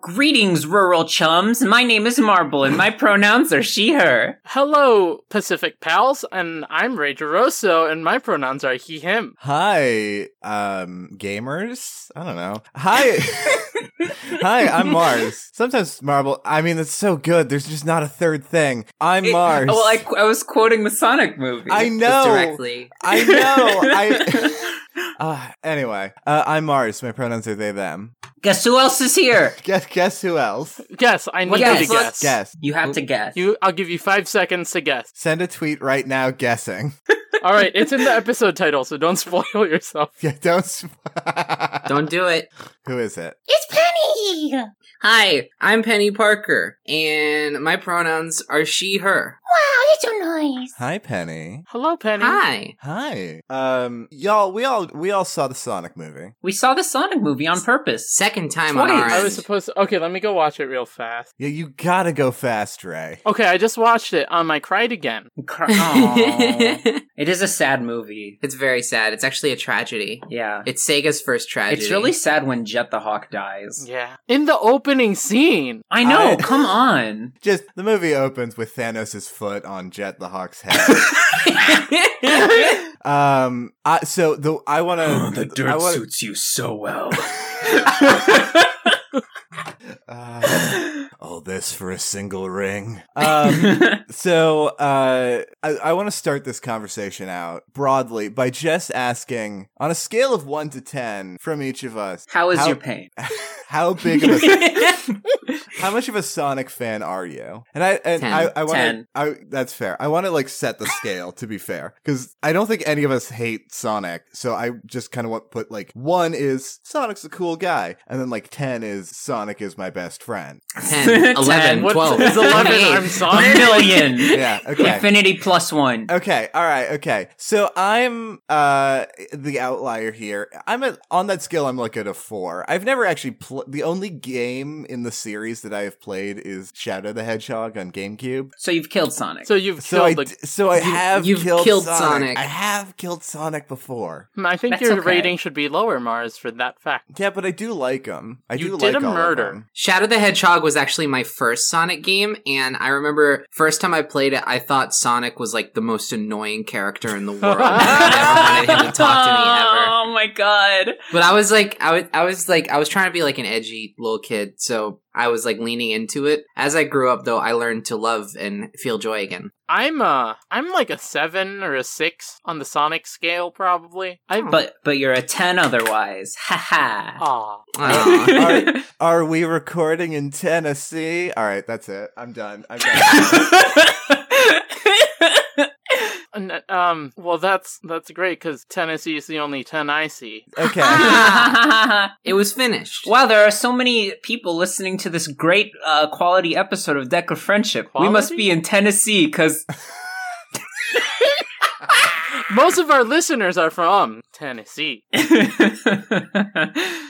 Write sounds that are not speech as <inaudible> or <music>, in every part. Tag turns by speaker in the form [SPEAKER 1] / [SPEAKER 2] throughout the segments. [SPEAKER 1] Greetings, rural chums. My name is Marble, and my pronouns are she, her.
[SPEAKER 2] Hello, Pacific pals, and I'm Ray DeRosso, and my pronouns are he, him.
[SPEAKER 3] Hi, um, gamers. I don't know. Hi, <laughs> hi. I'm Mars. Sometimes Marble. I mean, it's so good. There's just not a third thing. I'm
[SPEAKER 1] It-
[SPEAKER 3] <laughs> Mars.
[SPEAKER 1] Well, I, I was quoting the Sonic movie.
[SPEAKER 3] I
[SPEAKER 1] just
[SPEAKER 3] know.
[SPEAKER 1] Directly.
[SPEAKER 3] I <laughs> know. I. Uh, anyway, uh, I'm Mars. My pronouns are they, them.
[SPEAKER 1] Guess who else is here?
[SPEAKER 3] Guess, guess who else?
[SPEAKER 2] Guess, I need
[SPEAKER 1] What
[SPEAKER 2] you
[SPEAKER 1] the
[SPEAKER 2] to
[SPEAKER 1] fuck?
[SPEAKER 2] guess.
[SPEAKER 3] Guess.
[SPEAKER 1] You have to guess.
[SPEAKER 2] You, I'll give you five seconds to guess.
[SPEAKER 3] Send a tweet right now guessing. <laughs>
[SPEAKER 2] All right, it's in the episode title, so don't <laughs> spoil yourself.
[SPEAKER 3] Yeah, don't. <laughs> Sp-
[SPEAKER 4] Don't do it.
[SPEAKER 3] Who is it?
[SPEAKER 4] It's Penny! Hi, I'm Penny Parker, and my pronouns are she, her.
[SPEAKER 3] Hi, Penny.
[SPEAKER 2] Hello, Penny.
[SPEAKER 4] Hi.
[SPEAKER 3] Hi. Um, y'all. We all we all saw the Sonic movie.
[SPEAKER 1] we saw the Sonic movie on purpose. <laughs>
[SPEAKER 4] Second time on
[SPEAKER 1] Twice.
[SPEAKER 4] our
[SPEAKER 2] I
[SPEAKER 4] end.
[SPEAKER 2] was supposed to. Okay, let me go watch it real fast.
[SPEAKER 3] Yeah, you gotta go fast, Ray.
[SPEAKER 2] Okay, I just watched it on my Cried Again.
[SPEAKER 1] Cr- Aw. it is a sad movie.
[SPEAKER 4] it's very sad. It's actually a tragedy.
[SPEAKER 1] Yeah.
[SPEAKER 4] It's Sega's first tragedy.
[SPEAKER 1] It's really sad when Jet the Hawk dies.
[SPEAKER 2] Yeah. In the opening scene.
[SPEAKER 1] I know,
[SPEAKER 3] I-
[SPEAKER 1] come
[SPEAKER 3] <laughs>
[SPEAKER 1] on.
[SPEAKER 3] Just the movie opens with Thanos' foot on Jet the Hawk's head. um, I, so Oh, the I want
[SPEAKER 1] Oh,
[SPEAKER 3] to I wanna,
[SPEAKER 1] you so well.
[SPEAKER 3] Uh, all this for a single ring. Um, so uh, I, I want to start this conversation out broadly by just asking, on a scale of one to ten from each of us,
[SPEAKER 1] <laughs>
[SPEAKER 3] <laughs>
[SPEAKER 1] How is
[SPEAKER 3] How-
[SPEAKER 1] your pain?
[SPEAKER 3] how big
[SPEAKER 1] <laughs>
[SPEAKER 3] of a How much of a Sonic fan are you? And I and
[SPEAKER 4] Ten.
[SPEAKER 3] I, I want
[SPEAKER 1] Ten.
[SPEAKER 3] I that's fair. I want to like set the scale to be fair because I don't think any of us hate Sonic. So I just kind of want to put like one is Sonic's a cool guy, and then like ten is Sonic is my best friend.
[SPEAKER 4] 10, 11,
[SPEAKER 2] What-
[SPEAKER 4] 12.
[SPEAKER 2] It's 11.
[SPEAKER 4] 28.
[SPEAKER 2] I'm
[SPEAKER 1] A <laughs>
[SPEAKER 2] sorry.
[SPEAKER 1] million.
[SPEAKER 3] <laughs> Yeah. Okay.
[SPEAKER 1] Infinity plus one.
[SPEAKER 4] Oh.
[SPEAKER 3] Okay, all right, okay. So I'm uh the outlier here. I'm at, on that scale. I'm like at a four. I've never actually pl- the only game in the series that I have played is Shadow the Hedgehog on GameCube.
[SPEAKER 1] So you've killed Sonic.
[SPEAKER 2] So <laughs> you've
[SPEAKER 3] So I,
[SPEAKER 2] killed the.
[SPEAKER 3] d- so I
[SPEAKER 4] You-
[SPEAKER 3] have
[SPEAKER 4] you've
[SPEAKER 3] killed,
[SPEAKER 4] killed
[SPEAKER 3] Sonic.
[SPEAKER 4] Sonic.
[SPEAKER 3] I have killed Sonic before.
[SPEAKER 2] Hmm, I think
[SPEAKER 1] That's
[SPEAKER 2] your
[SPEAKER 1] okay.
[SPEAKER 2] rating should be lower, Mars, for that fact.
[SPEAKER 3] Yeah, but I do like him. I
[SPEAKER 2] You
[SPEAKER 3] do
[SPEAKER 2] did
[SPEAKER 3] like
[SPEAKER 2] a
[SPEAKER 3] all of
[SPEAKER 2] murder.
[SPEAKER 3] 'em.
[SPEAKER 4] <laughs> Shadow the Hedgehog was actually my first Sonic game, and I remember first time I played it, I thought Sonic was like the most annoying character in the world. I <laughs> never wanted him to talk to me ever.
[SPEAKER 1] Oh my god.
[SPEAKER 4] But I was like, I was, I was like, I was trying to be like an edgy little kid, so I was like leaning into it. As I grew up, though, I learned to love and feel joy again.
[SPEAKER 2] I'm uh I'm like a seven or a six on the Sonic scale, probably. I
[SPEAKER 4] Hmm.
[SPEAKER 1] But but you're a ten otherwise. <laughs> Ha ha.
[SPEAKER 2] Aw.
[SPEAKER 4] Aw.
[SPEAKER 3] Alright. Are we recording in Tennessee? All right, that's it. I'm done.
[SPEAKER 2] <laughs>
[SPEAKER 3] I'm done.
[SPEAKER 2] N- um. Well, that's that's great because Tennessee is the only ten I see.
[SPEAKER 3] okay.
[SPEAKER 4] Ah. it was
[SPEAKER 1] <laughs> <sighs>
[SPEAKER 4] finished.
[SPEAKER 1] wow, there are so many people listening to this great uh, quality episode of Deck of Friendship. We must
[SPEAKER 2] Quality?
[SPEAKER 1] be in Tennessee <laughs>
[SPEAKER 4] <laughs>
[SPEAKER 1] because
[SPEAKER 2] Most of our listeners are from Tennessee.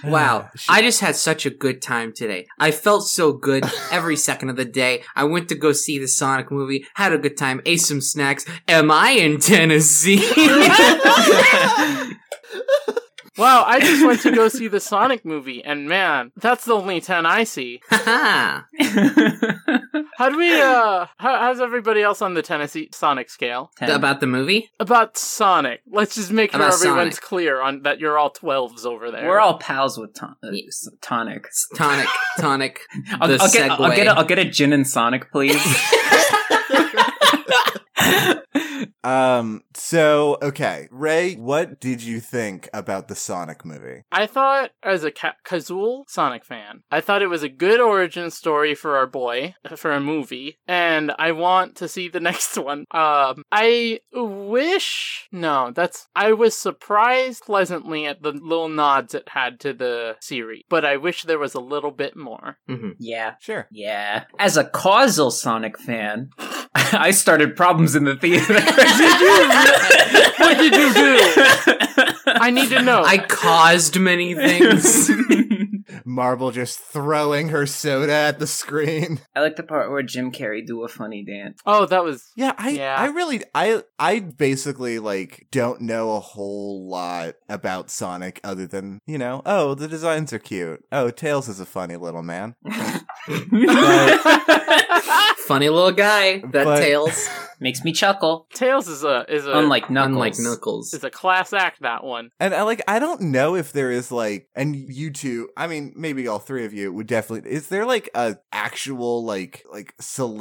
[SPEAKER 4] Wow.
[SPEAKER 3] Shit.
[SPEAKER 4] I just had such a good time today. I felt
[SPEAKER 1] <laughs>
[SPEAKER 4] so good every second of the day. I went to go see the Sonic movie, had a good time, ate some snacks. Am I in Tennessee?
[SPEAKER 1] <laughs>
[SPEAKER 4] <laughs>
[SPEAKER 2] Wow, I just went to go see the Sonic movie, and man, that's the only ten I see.
[SPEAKER 4] Haha.
[SPEAKER 2] How do we? Uh, how, how's everybody else on the Tennessee Sonic scale
[SPEAKER 4] About the movie?
[SPEAKER 2] about Sonic? Let's just make sure
[SPEAKER 4] About
[SPEAKER 2] everyone's
[SPEAKER 4] Sonic.
[SPEAKER 2] clear on that. You're all twelves over there.
[SPEAKER 1] We're all pals with ton- uh,
[SPEAKER 4] Ye-
[SPEAKER 1] s- Tonic. <laughs>
[SPEAKER 4] Tonic, tonic.
[SPEAKER 1] I'll,
[SPEAKER 4] The
[SPEAKER 1] I'll get, I'll,
[SPEAKER 4] segue.
[SPEAKER 1] get a, I'll get a gin and Sonic,
[SPEAKER 4] <laughs>
[SPEAKER 1] please.
[SPEAKER 3] Um. So okay, Ray, what did you think about the Sonic movie?
[SPEAKER 2] I thought, as a ca- casual Sonic fan, I thought it was a good origin story for our boy, for a movie, and I want to see the <laughs> next one. Um, I wish. No, that's. I was surprised pleasantly at the little nods it had to the series, but I wish there was a little bit more.
[SPEAKER 4] Mhm.
[SPEAKER 1] yeah,
[SPEAKER 3] Sure.
[SPEAKER 1] yeah. As a causal Sonic fan, I started problems in the <laughs> theater.
[SPEAKER 2] What did you
[SPEAKER 4] <laughs>
[SPEAKER 1] Oh.
[SPEAKER 2] do? I need to know.
[SPEAKER 1] <laughs>
[SPEAKER 4] I caused many things.
[SPEAKER 1] do?
[SPEAKER 3] Marble just throwing her soda at the screen.
[SPEAKER 1] I like the part where Jim Carrey do a funny dance.
[SPEAKER 2] Oh, that was
[SPEAKER 3] Yeah, I
[SPEAKER 2] Yeah.
[SPEAKER 3] I really I I basically like don't know a whole lot about Sonic other than, you know, oh, the designs are cute. Oh, Tails is a funny little man.
[SPEAKER 4] Funny little guy. That
[SPEAKER 3] But-
[SPEAKER 4] tails.
[SPEAKER 1] Makes me chuckle.
[SPEAKER 2] Tails is a is a
[SPEAKER 1] Unlike Knuckles.
[SPEAKER 4] Uh, Unlike Knuckles.
[SPEAKER 2] is a class act that one.
[SPEAKER 3] And I like I don't know if there is like and you two, I mean, maybe all three of you would definitely is there like a actual like like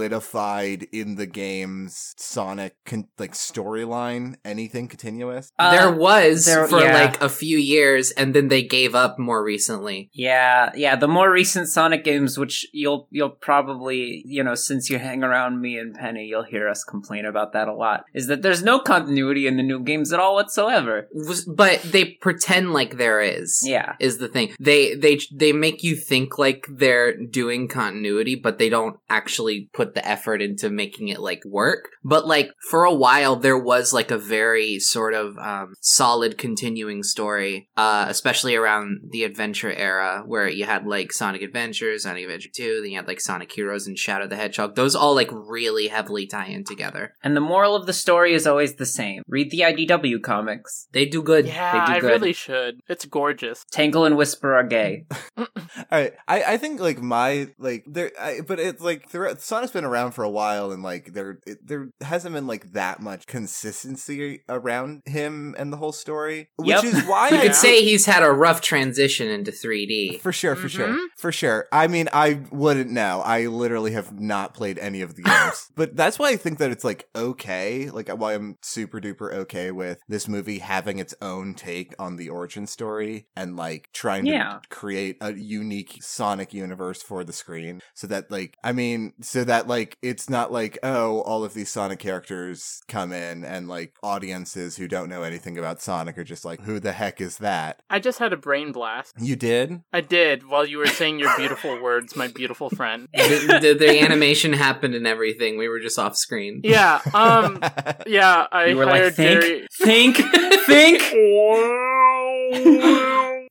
[SPEAKER 3] solidified in the game's Sonic con- like storyline anything continuous?
[SPEAKER 1] Uh,
[SPEAKER 4] there was
[SPEAKER 1] there-
[SPEAKER 4] for
[SPEAKER 1] yeah.
[SPEAKER 4] like a few years, and then they gave up more recently.
[SPEAKER 1] Yeah, yeah. The more recent Sonic games, which you'll you'll probably you know since you hang around me and Penny, you'll hear us complain about that a lot. Is that there's no continuity in the new games at all whatsoever?
[SPEAKER 4] Was- But they pretend like there is.
[SPEAKER 1] Yeah,
[SPEAKER 4] Is the thing they they they make you think like they're doing continuity, but they don't actually put the effort into making it like work. But like for a while, there was like a very sort of um, solid continuing story, uh, especially around the adventure era, where you had like Sonic Adventures, Sonic Adventure Two, then you had like Sonic Heroes and Shadow the Hedgehog. Those all like really heavily tie in together.
[SPEAKER 1] and the moral of the story is always the same. Read the IDW comics.
[SPEAKER 4] They do good.
[SPEAKER 2] Yeah,
[SPEAKER 4] they do
[SPEAKER 2] I
[SPEAKER 4] good.
[SPEAKER 2] really should. It's gorgeous.
[SPEAKER 1] Tangle and Whisper are
[SPEAKER 2] <laughs>
[SPEAKER 1] gay.
[SPEAKER 3] All right, I I think like my like there, I, but it's like throughout, Sonic's been around for a while, and like there it, there hasn't been like that much consistency around him and the whole story, which
[SPEAKER 1] Yep.
[SPEAKER 3] is why
[SPEAKER 4] <laughs> You
[SPEAKER 3] I
[SPEAKER 4] could say he's had a rough transition into 3D.
[SPEAKER 3] for sure, for
[SPEAKER 2] Mhm.
[SPEAKER 3] sure, for sure. I mean, I wouldn't know. I literally have not played any of the games, but that's why I think that it's like okay, like why I'm super duper okay with this movie having its own take on the origin story and like trying
[SPEAKER 1] Yeah.
[SPEAKER 3] to create a unique Sonic universe for the screen, so that like I mean, so that like it's not like oh, all of these Sonic characters come in and like audiences who don't know anything about Sonic are just like, who the heck is that?
[SPEAKER 2] I just had a brain blast.
[SPEAKER 3] You did.
[SPEAKER 2] I did while you were saying your beautiful words, my beautiful friend.
[SPEAKER 4] the, the, the animation happened and everything. We were just off screen.
[SPEAKER 2] Yeah.
[SPEAKER 3] <laughs>
[SPEAKER 2] Um. Yeah. I
[SPEAKER 1] You were
[SPEAKER 2] hired
[SPEAKER 1] like think,
[SPEAKER 2] Jerry.
[SPEAKER 1] think,
[SPEAKER 2] <laughs>
[SPEAKER 1] think.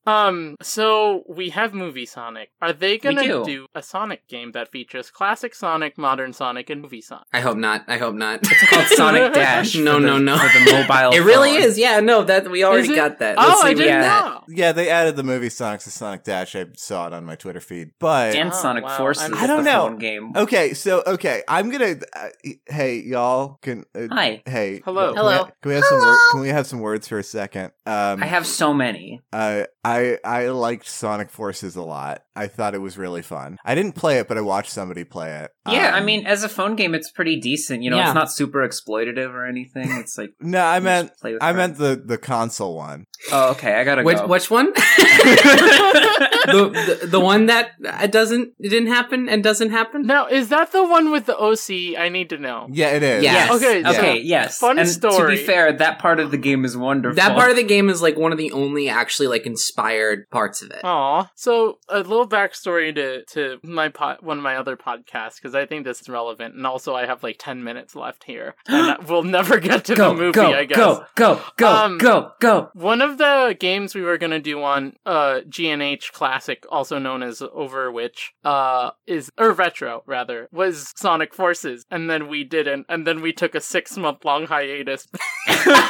[SPEAKER 2] Um, so we have movie Sonic. Are they gonna
[SPEAKER 1] do.
[SPEAKER 2] do. a Sonic game that features classic Sonic, modern Sonic, and movie Sonic?
[SPEAKER 4] I hope not. I hope not.
[SPEAKER 1] It's called
[SPEAKER 4] <laughs>
[SPEAKER 1] Sonic Dash.
[SPEAKER 4] No,
[SPEAKER 1] for the-
[SPEAKER 4] no, no.
[SPEAKER 1] For the mobile.
[SPEAKER 4] It really
[SPEAKER 1] phone.
[SPEAKER 4] is. Yeah, no, that we
[SPEAKER 2] Is
[SPEAKER 4] already
[SPEAKER 2] it?
[SPEAKER 4] got that.
[SPEAKER 2] oh,
[SPEAKER 4] Let's
[SPEAKER 2] I
[SPEAKER 4] see, we
[SPEAKER 2] didn't
[SPEAKER 1] yeah.
[SPEAKER 4] got-
[SPEAKER 2] know.
[SPEAKER 3] Yeah, they added the movie Sonic to Sonic Dash. I saw it on my Twitter feed. But
[SPEAKER 1] And
[SPEAKER 2] Oh,
[SPEAKER 1] Sonic
[SPEAKER 2] wow.
[SPEAKER 1] Forces.
[SPEAKER 2] I'm-
[SPEAKER 1] is
[SPEAKER 3] I don't
[SPEAKER 1] the
[SPEAKER 3] know.
[SPEAKER 1] phone Game.
[SPEAKER 2] Oh.
[SPEAKER 3] okay, so okay, I'm gonna. Uh, hey, y'all can. Uh,
[SPEAKER 1] Hi.
[SPEAKER 3] Hey.
[SPEAKER 2] Hello.
[SPEAKER 3] Can we ha-
[SPEAKER 4] Hello.
[SPEAKER 3] Can we have some? Wor- can we have some words for a second? Um,
[SPEAKER 1] I have so many.
[SPEAKER 3] Uh, I I liked Sonic Forces a lot. I thought it was really fun. I didn't play it, but I watched somebody play it.
[SPEAKER 1] Yeah, I
[SPEAKER 3] Um,
[SPEAKER 1] mean, as a phone game, it's pretty decent. You know,
[SPEAKER 4] Yeah.
[SPEAKER 1] it's not super exploitative or anything. It's
[SPEAKER 2] <laughs>
[SPEAKER 1] like
[SPEAKER 3] No, I
[SPEAKER 1] you
[SPEAKER 3] meant.
[SPEAKER 1] just play with
[SPEAKER 3] I
[SPEAKER 1] friends.
[SPEAKER 3] meant the, the console one.
[SPEAKER 1] Oh, okay. I gotta
[SPEAKER 4] Which,
[SPEAKER 1] go. <laughs>
[SPEAKER 4] which one? the, the the one that uh, doesn't it didn't happen and doesn't happen.
[SPEAKER 2] Now, is that the one with the OC? I need to know.
[SPEAKER 3] Yeah, it is.
[SPEAKER 4] Yeah.
[SPEAKER 2] Yeah, Okay.
[SPEAKER 3] Yeah.
[SPEAKER 1] okay. Yes.
[SPEAKER 2] Fun
[SPEAKER 1] and
[SPEAKER 2] story.
[SPEAKER 1] To be fair, that part of the game is wonderful.
[SPEAKER 4] That part of the game is like one of the only actually like inspired parts of it.
[SPEAKER 1] Oh.
[SPEAKER 2] Aw. So a little backstory to to my po- one of my other podcasts because I think this is relevant, and also I have like ten minutes left here, and I- we'll never get to
[SPEAKER 1] go,
[SPEAKER 2] the movie.
[SPEAKER 1] go,
[SPEAKER 2] I guess.
[SPEAKER 1] go, go, go,
[SPEAKER 2] Um,
[SPEAKER 1] go,
[SPEAKER 2] <laughs>
[SPEAKER 1] go. <laughs>
[SPEAKER 2] One of the games we were gonna do on uh GNH Classic, also known as Overwitch, uh is or Retro rather, was Sonic Forces, and then we didn't, and then we took a six month long hiatus. <laughs>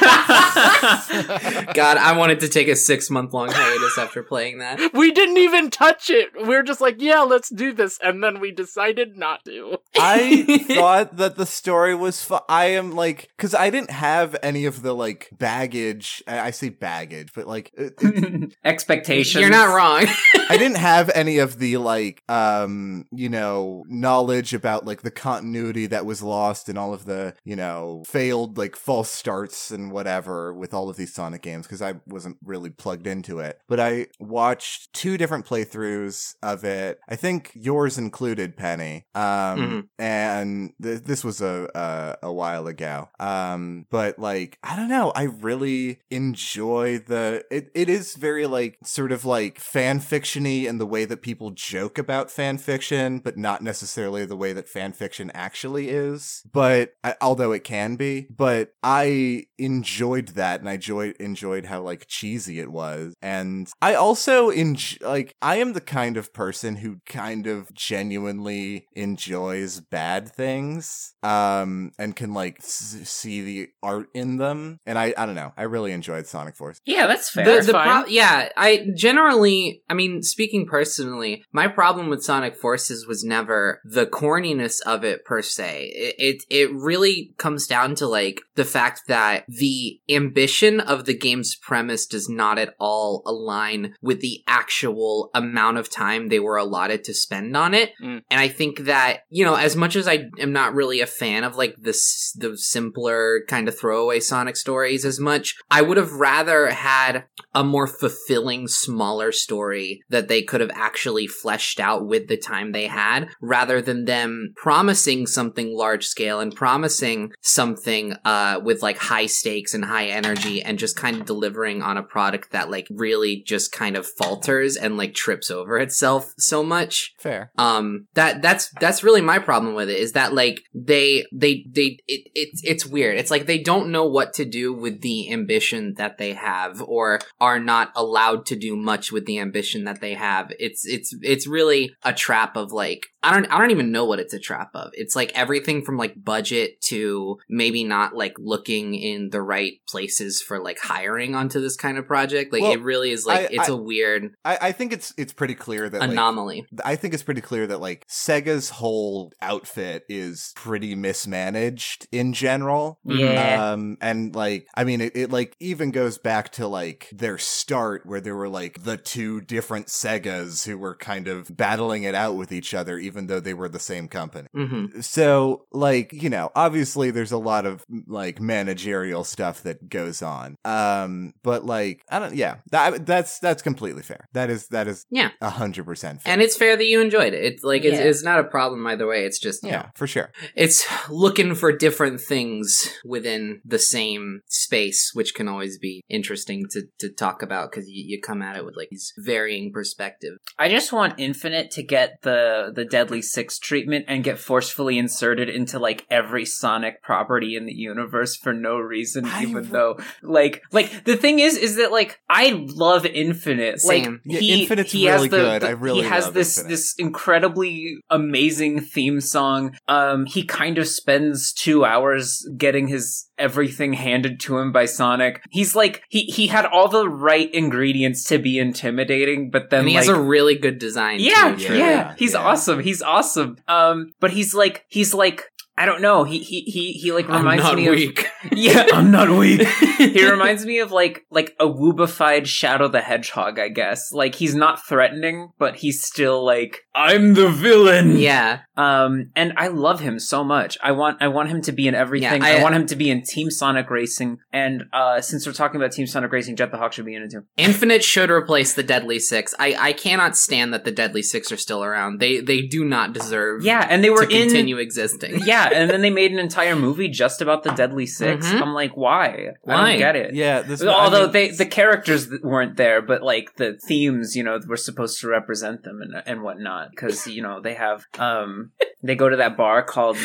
[SPEAKER 1] <laughs>
[SPEAKER 3] <laughs>
[SPEAKER 4] God, I wanted to take a six month long hiatus after playing that.
[SPEAKER 2] we didn't even touch it. We were just like, yeah, let's do this, and then we decided not to.
[SPEAKER 3] I thought that the story was fu- I am like cuz I didn't have any of the like baggage I, I say baggage but like it- it-
[SPEAKER 1] Expectations.
[SPEAKER 4] You're not wrong.
[SPEAKER 3] I didn't have any of the like um you know knowledge about like the continuity that was lost and all of the you know failed like false starts and whatever with all of these Sonic games cuz I wasn't really plugged into it but I watched two different playthroughs of it I think yours included Penny um
[SPEAKER 4] Mhm.
[SPEAKER 3] and th- this was a, a a while ago. Um, but like I don't know, I really enjoy the. It, it is very like sort of like fan fictiony in the way that people joke about fan fiction, but not necessarily the way that fan fiction actually is. But I, although it can be, but I enjoyed that, and I enjoyed enjoyed how like cheesy it was, and I also enjoy like I am the kind of person who kind of genuinely enjoys bad things um and can like s- see the art in them and i i don't know i really enjoyed sonic force
[SPEAKER 1] Yeah, that's fair.
[SPEAKER 4] The, the
[SPEAKER 2] fine.
[SPEAKER 4] pro- yeah, I generally, I mean, speaking personally, my problem with Sonic Forces was never the corniness of it per se. It, it it really comes down to like the fact that the ambition of the game's premise does not at all align with the actual amount of time they were allotted to spend on it.
[SPEAKER 2] Mm.
[SPEAKER 4] And I think that you know, as much as I am not really a fan of like this the simpler kind of throwaway Sonic stories as much, I would have rather had a more fulfilling, smaller story that they could have actually fleshed out with the time they had, rather than them promising something large scale and promising something uh, with like high stakes and high energy, and just kind of delivering on a product that like really just kind of falters and like trips over itself so much
[SPEAKER 3] fair
[SPEAKER 4] um that that's that's really my problem with it is that like they they they it, it it's weird it's like they don't know what to do with the ambition that they have or are not allowed to do much with the ambition that they have it's it's it's really a trap of like i don't i don't even know what it's a trap of it's like everything from like budget to maybe not like looking in the right places for like hiring onto this kind of project like
[SPEAKER 3] Well,
[SPEAKER 4] it really is like
[SPEAKER 3] I-
[SPEAKER 4] it's
[SPEAKER 3] I-
[SPEAKER 4] a weird
[SPEAKER 3] i i think it's it's pretty clear that like,
[SPEAKER 4] anomaly
[SPEAKER 3] I think it's pretty clear that like Sega's whole outfit is pretty mismanaged in general.
[SPEAKER 1] Mm-hmm. yeah.
[SPEAKER 3] Um, and like, I mean, it, it like even goes back to like their start where there were like the two different Segas who were kind of battling it out with each other, even though they were the same company.
[SPEAKER 4] hmm
[SPEAKER 3] So, like, you know, obviously there's a lot of like managerial stuff that goes on. Um, but like, I don't, yeah, that, that's, that's completely fair. That is, that is
[SPEAKER 4] Yeah.
[SPEAKER 3] a hundred percent fair.
[SPEAKER 4] And it's fair that you enjoyed it. It's like it's,
[SPEAKER 1] Yeah.
[SPEAKER 4] it's not a problem either way. It's just
[SPEAKER 3] yeah, for sure.
[SPEAKER 4] it's looking for different things within the same space, which can always be interesting to, to talk about because you, you come at it with like these varying perspectives.
[SPEAKER 1] I just want Infinite to get the the Deadly Six treatment and get forcefully inserted into like every Sonic property in the universe for no reason,
[SPEAKER 3] I
[SPEAKER 1] even
[SPEAKER 3] re-
[SPEAKER 1] though like like the thing is is that like I love Infinite.
[SPEAKER 4] Same.
[SPEAKER 1] Like
[SPEAKER 3] Yeah,
[SPEAKER 1] he,
[SPEAKER 3] Infinite's
[SPEAKER 1] he
[SPEAKER 3] really
[SPEAKER 1] has the,
[SPEAKER 3] good.
[SPEAKER 1] the-
[SPEAKER 3] I really
[SPEAKER 1] he has
[SPEAKER 3] love
[SPEAKER 1] this
[SPEAKER 3] Infinite.
[SPEAKER 1] this incredibly amazing theme song. Um, he kind of spends two hours getting his everything handed to him by Sonic. He's like he he had all the right ingredients to be intimidating, but then
[SPEAKER 4] And he
[SPEAKER 1] like,
[SPEAKER 4] has a really good design.
[SPEAKER 1] yeah,
[SPEAKER 4] too,
[SPEAKER 1] yeah,
[SPEAKER 3] true. Yeah,
[SPEAKER 1] He's
[SPEAKER 3] yeah.
[SPEAKER 1] awesome. He's awesome. Um, but he's like, he's like, I don't know. He he he he like
[SPEAKER 4] I'm
[SPEAKER 1] reminds
[SPEAKER 4] not
[SPEAKER 1] me
[SPEAKER 4] weak.
[SPEAKER 1] of <laughs> yeah. I'm not weak. <laughs> he reminds me of like like a woobified Shadow the Hedgehog. I guess like he's not threatening, but he's still like I'm the villain.
[SPEAKER 4] <laughs> yeah,
[SPEAKER 1] Um, and I love him so much. I want I want him to be in everything.
[SPEAKER 4] Yeah,
[SPEAKER 1] I,
[SPEAKER 4] I-
[SPEAKER 1] want him to be in Team Sonic Racing. And uh, since we're talking about Team Sonic Racing, Jet the Hawk should be in it too.
[SPEAKER 4] Infinite should replace the Deadly Six. I, I cannot stand that the Deadly Six are still around. They they do not deserve
[SPEAKER 1] Yeah, and they
[SPEAKER 4] to
[SPEAKER 1] were in
[SPEAKER 4] continue existing.
[SPEAKER 1] yeah, and then they made an entire movie just about the Deadly 6 i
[SPEAKER 4] Mhm.
[SPEAKER 1] I'm like, why? I
[SPEAKER 4] Why?
[SPEAKER 1] don't get it.
[SPEAKER 3] Yeah. This,
[SPEAKER 1] uh, Although
[SPEAKER 3] I mean-
[SPEAKER 1] they the characters th- weren't there, but like the themes, you know, were supposed to represent them and and whatnot, because you know they have um they go to that bar called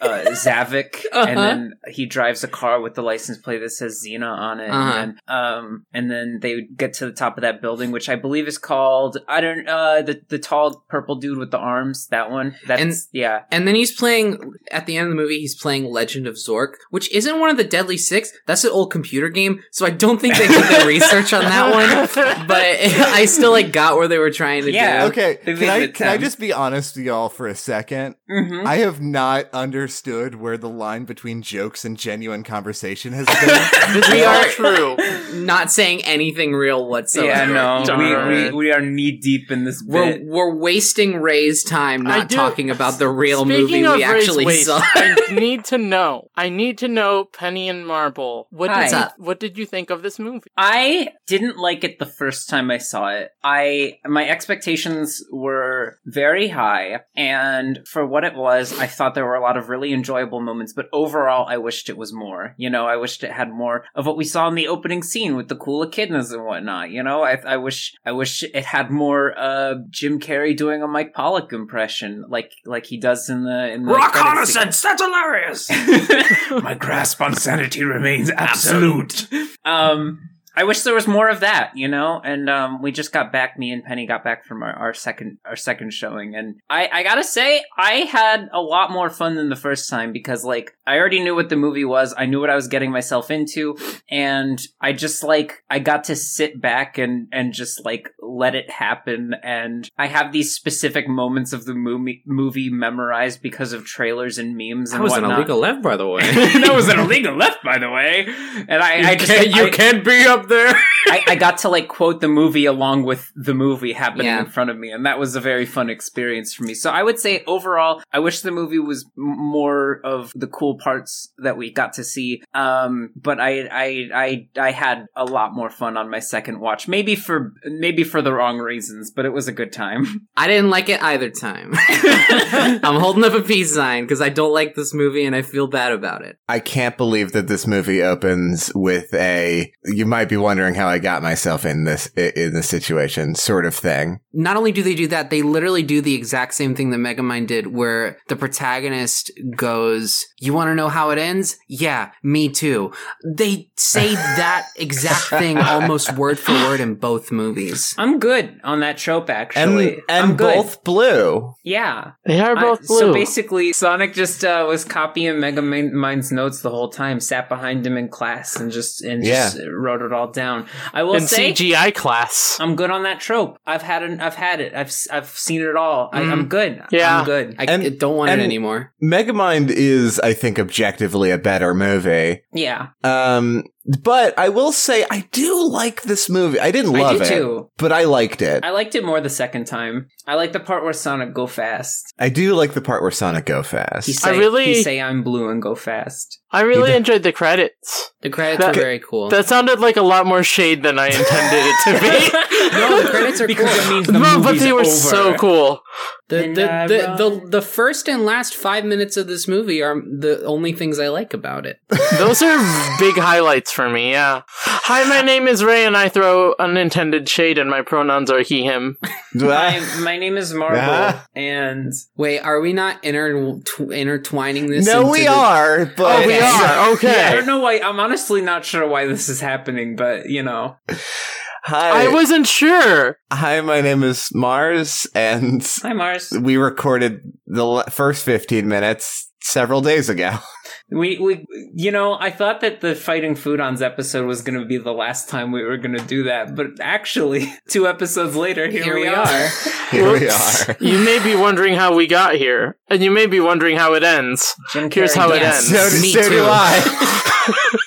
[SPEAKER 1] uh, Zavik,
[SPEAKER 4] <laughs> Uh-huh.
[SPEAKER 1] and then he drives a car with the license plate that says Xena on it,
[SPEAKER 4] Uh-huh.
[SPEAKER 1] and then, um and then they get to the top of that building, which I believe is called I don't uh the the tall purple dude with the arms that one that's
[SPEAKER 4] <laughs>
[SPEAKER 1] yeah
[SPEAKER 4] And then he's playing at the end of the movie. He's playing Legend of Zork, which isn't one of the Deadly Six. That's an old computer game, so I don't think they did their research on that
[SPEAKER 2] <laughs>
[SPEAKER 4] one. But <laughs> I still like got where they were trying to
[SPEAKER 1] Yeah,
[SPEAKER 4] do.
[SPEAKER 3] Okay,
[SPEAKER 1] They
[SPEAKER 3] can I
[SPEAKER 1] leave it
[SPEAKER 3] can I
[SPEAKER 1] ten.
[SPEAKER 3] just be honest with y'all for a second?
[SPEAKER 1] hmm
[SPEAKER 3] I have not understood where the line between jokes and genuine conversation
[SPEAKER 1] <laughs>
[SPEAKER 3] has been.
[SPEAKER 2] This
[SPEAKER 4] We
[SPEAKER 2] is all
[SPEAKER 4] are-
[SPEAKER 2] true.
[SPEAKER 4] Not saying anything real whatsoever.
[SPEAKER 1] yeah,
[SPEAKER 4] <laughs>
[SPEAKER 1] <laughs> no, we,
[SPEAKER 2] Darn.
[SPEAKER 1] we, we are knee deep in this
[SPEAKER 4] We're
[SPEAKER 1] bit.
[SPEAKER 4] we're wasting Ray's time
[SPEAKER 2] I
[SPEAKER 4] not
[SPEAKER 2] do-
[SPEAKER 4] talking about the real
[SPEAKER 2] Speaking
[SPEAKER 4] movie
[SPEAKER 2] of
[SPEAKER 4] we
[SPEAKER 2] Ray's
[SPEAKER 4] actually
[SPEAKER 2] waste
[SPEAKER 4] song.
[SPEAKER 2] I
[SPEAKER 4] <laughs>
[SPEAKER 2] need to know. I need to know, Penny and Marble. What
[SPEAKER 1] Hi.
[SPEAKER 2] did
[SPEAKER 1] What's
[SPEAKER 2] you,
[SPEAKER 4] up?
[SPEAKER 2] what did you think of this movie?
[SPEAKER 1] I didn't like it the first time I saw it. I my expectations were very high and for what it was, I thought there were a lot of really enjoyable moments, but overall I wished it was more. You know, I wished it had more of what we saw in the opening scene with the cool echidnas and whatnot, you know? I I wish I wish it had more uh Jim Carrey doing a Mike Pollock impression like like he does in the in the credits scene.
[SPEAKER 4] That's hilarious.
[SPEAKER 1] <laughs> My grasp on sanity remains absolute. Um, I wish there was more of that, you know. And um, we just got back. Me and Penny got back from our, our second our second showing, and I, I gotta say I had a lot more fun than the first time because like I already knew what the movie was. I knew what I was getting myself into, and I just like I got to sit back and and just like let it happen. And I have these specific moments of the movie movie memorized because of trailers and memes
[SPEAKER 4] That
[SPEAKER 1] and
[SPEAKER 4] was an
[SPEAKER 1] whatnot.
[SPEAKER 4] illegal left, by the
[SPEAKER 1] <laughs>
[SPEAKER 4] way. <laughs>
[SPEAKER 1] that was an illegal left, by the way. And I, I just
[SPEAKER 4] can't, you
[SPEAKER 1] I,
[SPEAKER 4] can't be up there.
[SPEAKER 1] I, I got to like quote the movie along with the movie happening
[SPEAKER 4] Yeah.
[SPEAKER 1] in front of me, and that was a very fun experience for me. So I would say overall, I wish the movie was m- more of the cool parts that we got to see. Um, but I, I, I, I had a lot more fun on my second watch. Maybe for maybe for the wrong reasons, but it was a good time. <laughs>
[SPEAKER 4] I didn't like it either time. <laughs> I'm holding up a peace sign because I don't like this movie and I feel bad about it.
[SPEAKER 5] I can't believe that this movie opens with a you might be wondering how I got myself in this i- in this situation sort of thing.
[SPEAKER 4] Not only do they do that, they literally do the exact same thing that Megamind did, where the protagonist goes, You want to know how it ends? Yeah, me too. They say <laughs> that exact thing almost word for word in both movies.
[SPEAKER 1] I'm good on that trope, actually. I'm good.
[SPEAKER 5] blue.
[SPEAKER 1] yeah.
[SPEAKER 2] They are
[SPEAKER 1] I-
[SPEAKER 2] both blue.
[SPEAKER 1] So basically, Sonic just uh, was copying Mega Min- Mind's notes the whole time, sat behind him in class, and just and just wrote it all down. I will
[SPEAKER 2] in
[SPEAKER 1] say,
[SPEAKER 2] CGI class.
[SPEAKER 1] I'm good on that trope. I've had an, I've had it. I've s- I've seen it all. I, I'm good.
[SPEAKER 2] Mm. Yeah.
[SPEAKER 1] I'm good.
[SPEAKER 4] I
[SPEAKER 5] And-
[SPEAKER 4] don't want
[SPEAKER 5] and-
[SPEAKER 4] it anymore.
[SPEAKER 5] Megamind is, I think, objectively a better movie.
[SPEAKER 1] yeah,
[SPEAKER 5] Um, but I will say I do like this movie. I didn't love
[SPEAKER 1] I do
[SPEAKER 5] it,
[SPEAKER 1] too.
[SPEAKER 5] but I liked it.
[SPEAKER 1] I liked it more the second time. I like the part where Sonic go fast.
[SPEAKER 5] I do like the part where Sonic go fast.
[SPEAKER 1] He say,
[SPEAKER 2] really-
[SPEAKER 1] he say I'm blue and go
[SPEAKER 2] <laughs>
[SPEAKER 1] fast.
[SPEAKER 2] I really
[SPEAKER 5] Either-
[SPEAKER 2] enjoyed the credits.
[SPEAKER 4] The credits
[SPEAKER 2] That-
[SPEAKER 4] are very cool.
[SPEAKER 2] That sounded like a lot more shade than I intended it <laughs> to be.
[SPEAKER 1] no,
[SPEAKER 4] the credits are
[SPEAKER 1] because
[SPEAKER 4] cool.
[SPEAKER 1] it means the
[SPEAKER 2] No, but
[SPEAKER 1] movie's
[SPEAKER 2] they were
[SPEAKER 1] over.
[SPEAKER 2] so cool.
[SPEAKER 4] The
[SPEAKER 1] And I
[SPEAKER 4] the, the,
[SPEAKER 1] run.
[SPEAKER 4] the the first and last five minutes of this movie are the only things I like about it.
[SPEAKER 2] Those are big highlights for me, yeah. Hi, my name is Ray, and I throw unintended shade, and my pronouns are he, him.
[SPEAKER 5] <laughs>
[SPEAKER 1] <laughs> My, my name is Marble,
[SPEAKER 5] Yeah.
[SPEAKER 1] and
[SPEAKER 4] Wait, are we not inter- tw- intertwining this?
[SPEAKER 5] no,
[SPEAKER 4] into
[SPEAKER 5] we
[SPEAKER 4] the-
[SPEAKER 5] are. But <laughs>
[SPEAKER 2] Oh, we are.
[SPEAKER 1] I
[SPEAKER 2] Okay.
[SPEAKER 1] don't know why. I'm honestly not sure why this is happening, but you know,
[SPEAKER 5] Hi,
[SPEAKER 2] I wasn't sure.
[SPEAKER 5] hi. My name is Mars, and
[SPEAKER 1] hi Mars.
[SPEAKER 5] we recorded the l- first 15 minutes several days ago. <laughs>
[SPEAKER 1] We we you know, I thought that the fighting foodons episode was going to be the last time we were going to do that, but actually, <laughs> two episodes later, here, we, are.
[SPEAKER 5] Here we
[SPEAKER 2] Whoops.
[SPEAKER 3] <laughs>
[SPEAKER 5] are.
[SPEAKER 2] You may be wondering how we got here, and you may be wondering how it ends.
[SPEAKER 1] <laughs> Jim
[SPEAKER 2] Here's how it
[SPEAKER 1] dies.
[SPEAKER 5] So,
[SPEAKER 4] Me
[SPEAKER 5] so do
[SPEAKER 4] too.
[SPEAKER 5] I. <laughs>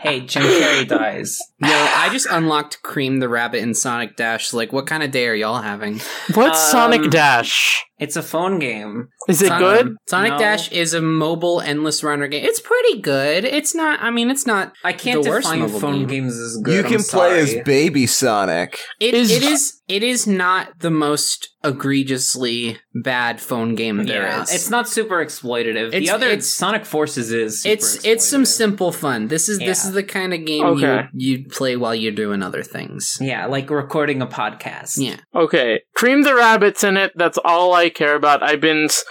[SPEAKER 1] Hey, Jim Carrey dies.
[SPEAKER 4] Yo, I just unlocked Cream the Rabbit in Sonic Dash. Like, what kind of day are y'all having?
[SPEAKER 2] What's
[SPEAKER 1] Um,
[SPEAKER 2] Sonic Dash?
[SPEAKER 1] It's a phone game.
[SPEAKER 2] Is it
[SPEAKER 4] Sonic-
[SPEAKER 2] good?
[SPEAKER 4] Sonic
[SPEAKER 1] No.
[SPEAKER 4] Dash is a mobile endless runner game. It's pretty good. It's not. I mean, it's not.
[SPEAKER 1] I can't
[SPEAKER 4] The worst
[SPEAKER 1] define
[SPEAKER 4] mobile
[SPEAKER 1] phone
[SPEAKER 4] game.
[SPEAKER 1] games as good.
[SPEAKER 5] you
[SPEAKER 1] I'm
[SPEAKER 5] can play as
[SPEAKER 1] sorry.
[SPEAKER 5] Baby Sonic.
[SPEAKER 4] It
[SPEAKER 2] Is-
[SPEAKER 4] is. It is. It is not the most egregiously bad phone game there is.
[SPEAKER 1] Yeah, it's not super exploitative. the
[SPEAKER 4] It's-
[SPEAKER 1] other
[SPEAKER 4] it's-
[SPEAKER 1] Sonic Forces is. super
[SPEAKER 4] it's it's some
[SPEAKER 1] exploitative.
[SPEAKER 4] simple fun. This is this
[SPEAKER 1] Yeah.
[SPEAKER 4] is the kind of game
[SPEAKER 2] Okay.
[SPEAKER 4] you you play while you're doing other things.
[SPEAKER 1] Yeah, like recording a podcast.
[SPEAKER 4] Yeah.
[SPEAKER 2] Okay. Cream the Rabbit's in it. That's all I care about. I've been. s-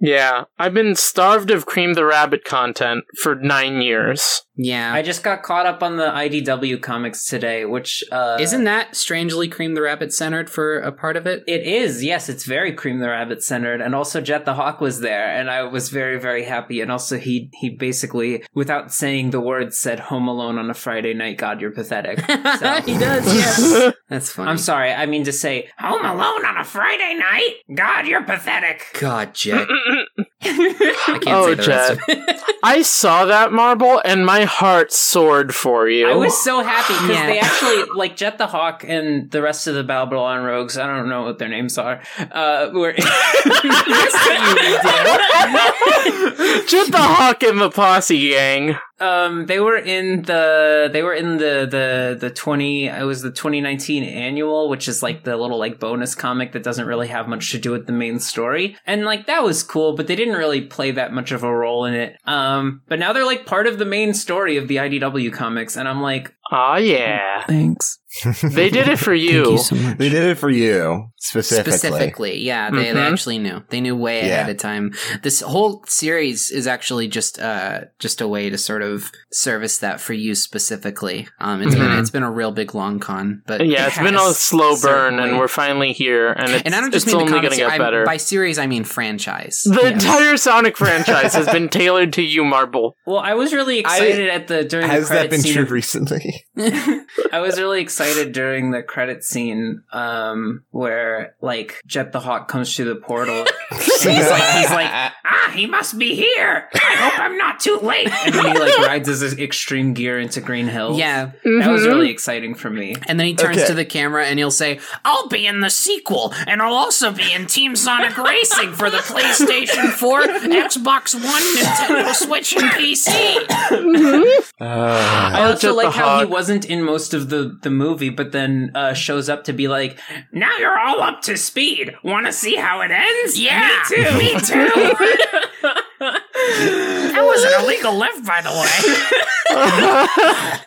[SPEAKER 2] Yeah. I've been starved of Cream the Rabbit content for nine years.
[SPEAKER 4] Yeah.
[SPEAKER 1] I just got caught up on the IDW comics today, which uh,
[SPEAKER 4] Isn't that strangely Cream the Rabbit centered for a part of it?
[SPEAKER 1] It is yes, it's very Cream the Rabbit centered, and also Jet the Hawk was there, and I was very very happy. And also he he basically, without saying the words, said "Home Alone on a Friday night." God, you're pathetic.
[SPEAKER 4] <laughs> he does, yes. That's funny.
[SPEAKER 1] I'm sorry, I mean to say "Home Alone on a Friday night." God, you're pathetic. <laughs>
[SPEAKER 4] God, Jet. I can't
[SPEAKER 2] Oh,
[SPEAKER 4] say the rest of it.
[SPEAKER 2] <laughs> I saw that marble and my heart soared for you.
[SPEAKER 1] I was so happy because
[SPEAKER 4] Yeah.
[SPEAKER 1] they actually like Jet the Hawk and the rest of the Babylon Rogues. I don't know what their names are. Uh, were
[SPEAKER 4] Yes, you did.
[SPEAKER 2] Shoot the hawk in the posse gang.
[SPEAKER 1] <laughs> Um, they were in the they were in the the the twenty. It was the twenty nineteen annual, which is like the little like bonus comic that doesn't really have much to do with the main story. And like that was cool, but they didn't really play that much of a role in it. Um, but now they're like part of the main story of the IDW comics, and I'm like,
[SPEAKER 2] Aw, yeah.
[SPEAKER 1] thanks.
[SPEAKER 2] They did it
[SPEAKER 4] <laughs>
[SPEAKER 2] for you.
[SPEAKER 4] much.
[SPEAKER 3] They did it for you specifically.
[SPEAKER 4] yeah, they, they
[SPEAKER 2] Mhm.
[SPEAKER 4] actually knew. They knew way
[SPEAKER 3] Yeah.
[SPEAKER 4] ahead of time. This whole series is actually just uh just a way to sort of service that for you specifically. Um, it's been
[SPEAKER 2] Mhm.
[SPEAKER 4] it's been a real big long con, but
[SPEAKER 2] yeah, it's been a
[SPEAKER 4] has,
[SPEAKER 2] slow burn,
[SPEAKER 4] certainly.
[SPEAKER 2] and we're finally here, and it's,
[SPEAKER 4] and I don't just
[SPEAKER 2] it's
[SPEAKER 4] mean the
[SPEAKER 2] only going to
[SPEAKER 4] comics.
[SPEAKER 2] get
[SPEAKER 4] I-
[SPEAKER 2] better.
[SPEAKER 4] by series, I mean franchise.
[SPEAKER 2] the
[SPEAKER 4] Yes.
[SPEAKER 2] entire Sonic franchise has been tailored to you, Marble.
[SPEAKER 1] Well, I was really excited at the during
[SPEAKER 3] Has
[SPEAKER 1] the
[SPEAKER 3] that
[SPEAKER 1] credit
[SPEAKER 3] been
[SPEAKER 1] scene
[SPEAKER 3] true
[SPEAKER 1] of
[SPEAKER 4] <laughs>
[SPEAKER 3] recently?
[SPEAKER 1] I was really excited during the credit scene um, where like Jet the Hawk comes through the portal. he's like- he's like- ah, he must be here. I hope I'm not too
[SPEAKER 2] <laughs>
[SPEAKER 1] late. And then he like rides his extreme gear into Green Hills.
[SPEAKER 4] yeah,
[SPEAKER 1] that was
[SPEAKER 2] Mhm.
[SPEAKER 1] really exciting for me.
[SPEAKER 4] And then he turns
[SPEAKER 3] Okay.
[SPEAKER 4] to the camera and he'll say, I'll be in the sequel, and I'll also be in Team Sonic Racing for the PlayStation 4, Xbox One, Nintendo Switch, and PC.
[SPEAKER 3] <laughs> Uh,
[SPEAKER 1] I
[SPEAKER 2] Oh,
[SPEAKER 1] also
[SPEAKER 2] Jet the
[SPEAKER 1] like how he
[SPEAKER 2] Hawk.
[SPEAKER 1] wasn't in most of the, the movie, but then uh, shows up to be like, now you're all up to speed. Want to see how it ends?
[SPEAKER 4] Yeah,
[SPEAKER 1] me too.
[SPEAKER 4] me
[SPEAKER 1] <laughs>
[SPEAKER 4] too.
[SPEAKER 1] that was an illegal left, by the <laughs> way.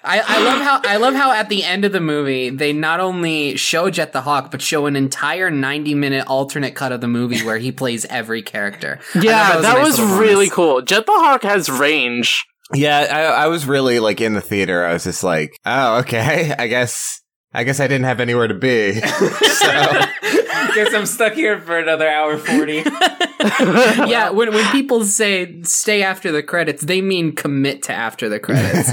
[SPEAKER 4] I, I love how I love how at the end of the movie they not only show Jet the Hawk, but show an entire 90 minute alternate cut of the movie where he plays every character. I thought
[SPEAKER 2] Yeah, that
[SPEAKER 4] a nice
[SPEAKER 2] was,
[SPEAKER 4] little bonus.
[SPEAKER 2] really cool. Jet the Hawk has range.
[SPEAKER 3] yeah, I, I was really like in the theater. I was just like, oh, okay. <laughs> I guess, I guess I didn't have anywhere to be. <laughs> so,
[SPEAKER 1] Guess I'm stuck here for another hour <laughs> 40.
[SPEAKER 4] Yeah, when, when people say stay after the credits, they mean commit to after the credits.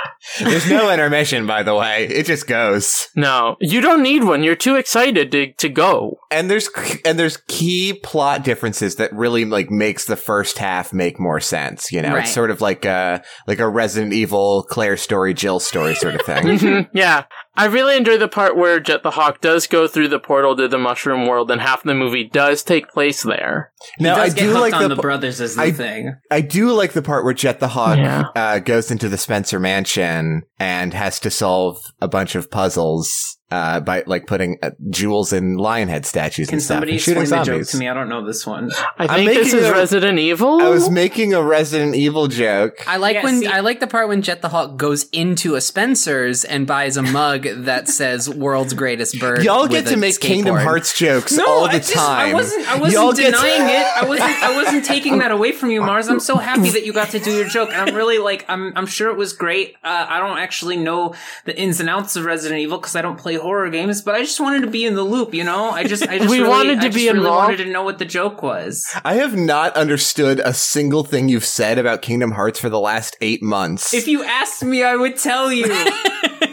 [SPEAKER 3] <laughs> There's no intermission, by the way. It just goes.
[SPEAKER 2] No, you don't need one. You're too excited to, to go.
[SPEAKER 3] And there's and there's key plot differences that really like makes the first half make more sense. You know,
[SPEAKER 4] Right.
[SPEAKER 3] it's sort of like a like a Resident Evil Claire story, Jill story sort of
[SPEAKER 1] <laughs>
[SPEAKER 3] thing.
[SPEAKER 2] Mhm, <laughs> yeah. I really enjoy the part where Jet the Hawk does go through the portal to the Mushroom World, and half the movie does take place there.
[SPEAKER 3] <laughs> now I
[SPEAKER 1] does get
[SPEAKER 3] do
[SPEAKER 1] hooked
[SPEAKER 3] like
[SPEAKER 1] on
[SPEAKER 3] the,
[SPEAKER 1] the,
[SPEAKER 3] p-
[SPEAKER 1] brothers is the
[SPEAKER 3] I-
[SPEAKER 1] thing.
[SPEAKER 3] I do like the part where Jet the Hawk
[SPEAKER 2] Yeah.
[SPEAKER 3] uh, goes into the Spencer Mansion and has to solve a bunch of puzzles uh, by like putting uh, jewels in lionhead statues
[SPEAKER 1] Can
[SPEAKER 3] and stuff.
[SPEAKER 1] somebody
[SPEAKER 3] and shooting
[SPEAKER 1] explain the joke
[SPEAKER 3] zombies.
[SPEAKER 1] to me? I don't know this one.
[SPEAKER 2] I
[SPEAKER 3] I'm
[SPEAKER 2] think this
[SPEAKER 3] making
[SPEAKER 2] is
[SPEAKER 3] a-
[SPEAKER 2] Resident Evil.
[SPEAKER 3] I was making a Resident Evil joke.
[SPEAKER 4] I like
[SPEAKER 1] Yeah,
[SPEAKER 4] when
[SPEAKER 1] see-
[SPEAKER 4] I like the part when Jet the Hawk goes into a Spencer's and buys a mug
[SPEAKER 1] <laughs>
[SPEAKER 4] that says "World's Greatest Bird."
[SPEAKER 3] Y'all
[SPEAKER 4] with
[SPEAKER 3] get
[SPEAKER 4] a
[SPEAKER 3] to make Kingdom
[SPEAKER 4] skateboard.
[SPEAKER 3] Hearts jokes all the
[SPEAKER 1] I just-
[SPEAKER 3] time.
[SPEAKER 1] I wasn't. I
[SPEAKER 3] Y'all
[SPEAKER 1] wasn't
[SPEAKER 3] get-
[SPEAKER 1] denying it. I wasn't. I wasn't taking that away from you, Mars. I'm so happy that you got to do your joke, and I'm really like. I'm. I'm sure it was great. Uh, I don't actually know the ins and outs of Resident Evil because I don't play horror games, but I just wanted to be in the loop. You know, I <laughs> just. I just
[SPEAKER 2] We
[SPEAKER 1] really,
[SPEAKER 2] wanted to
[SPEAKER 1] I just
[SPEAKER 2] be
[SPEAKER 1] really
[SPEAKER 2] involved.
[SPEAKER 1] wanted to know what the joke was.
[SPEAKER 3] <laughs> I have not understood a single thing you've said about Kingdom Hearts for the last eight months.
[SPEAKER 1] If you asked me, I would tell you.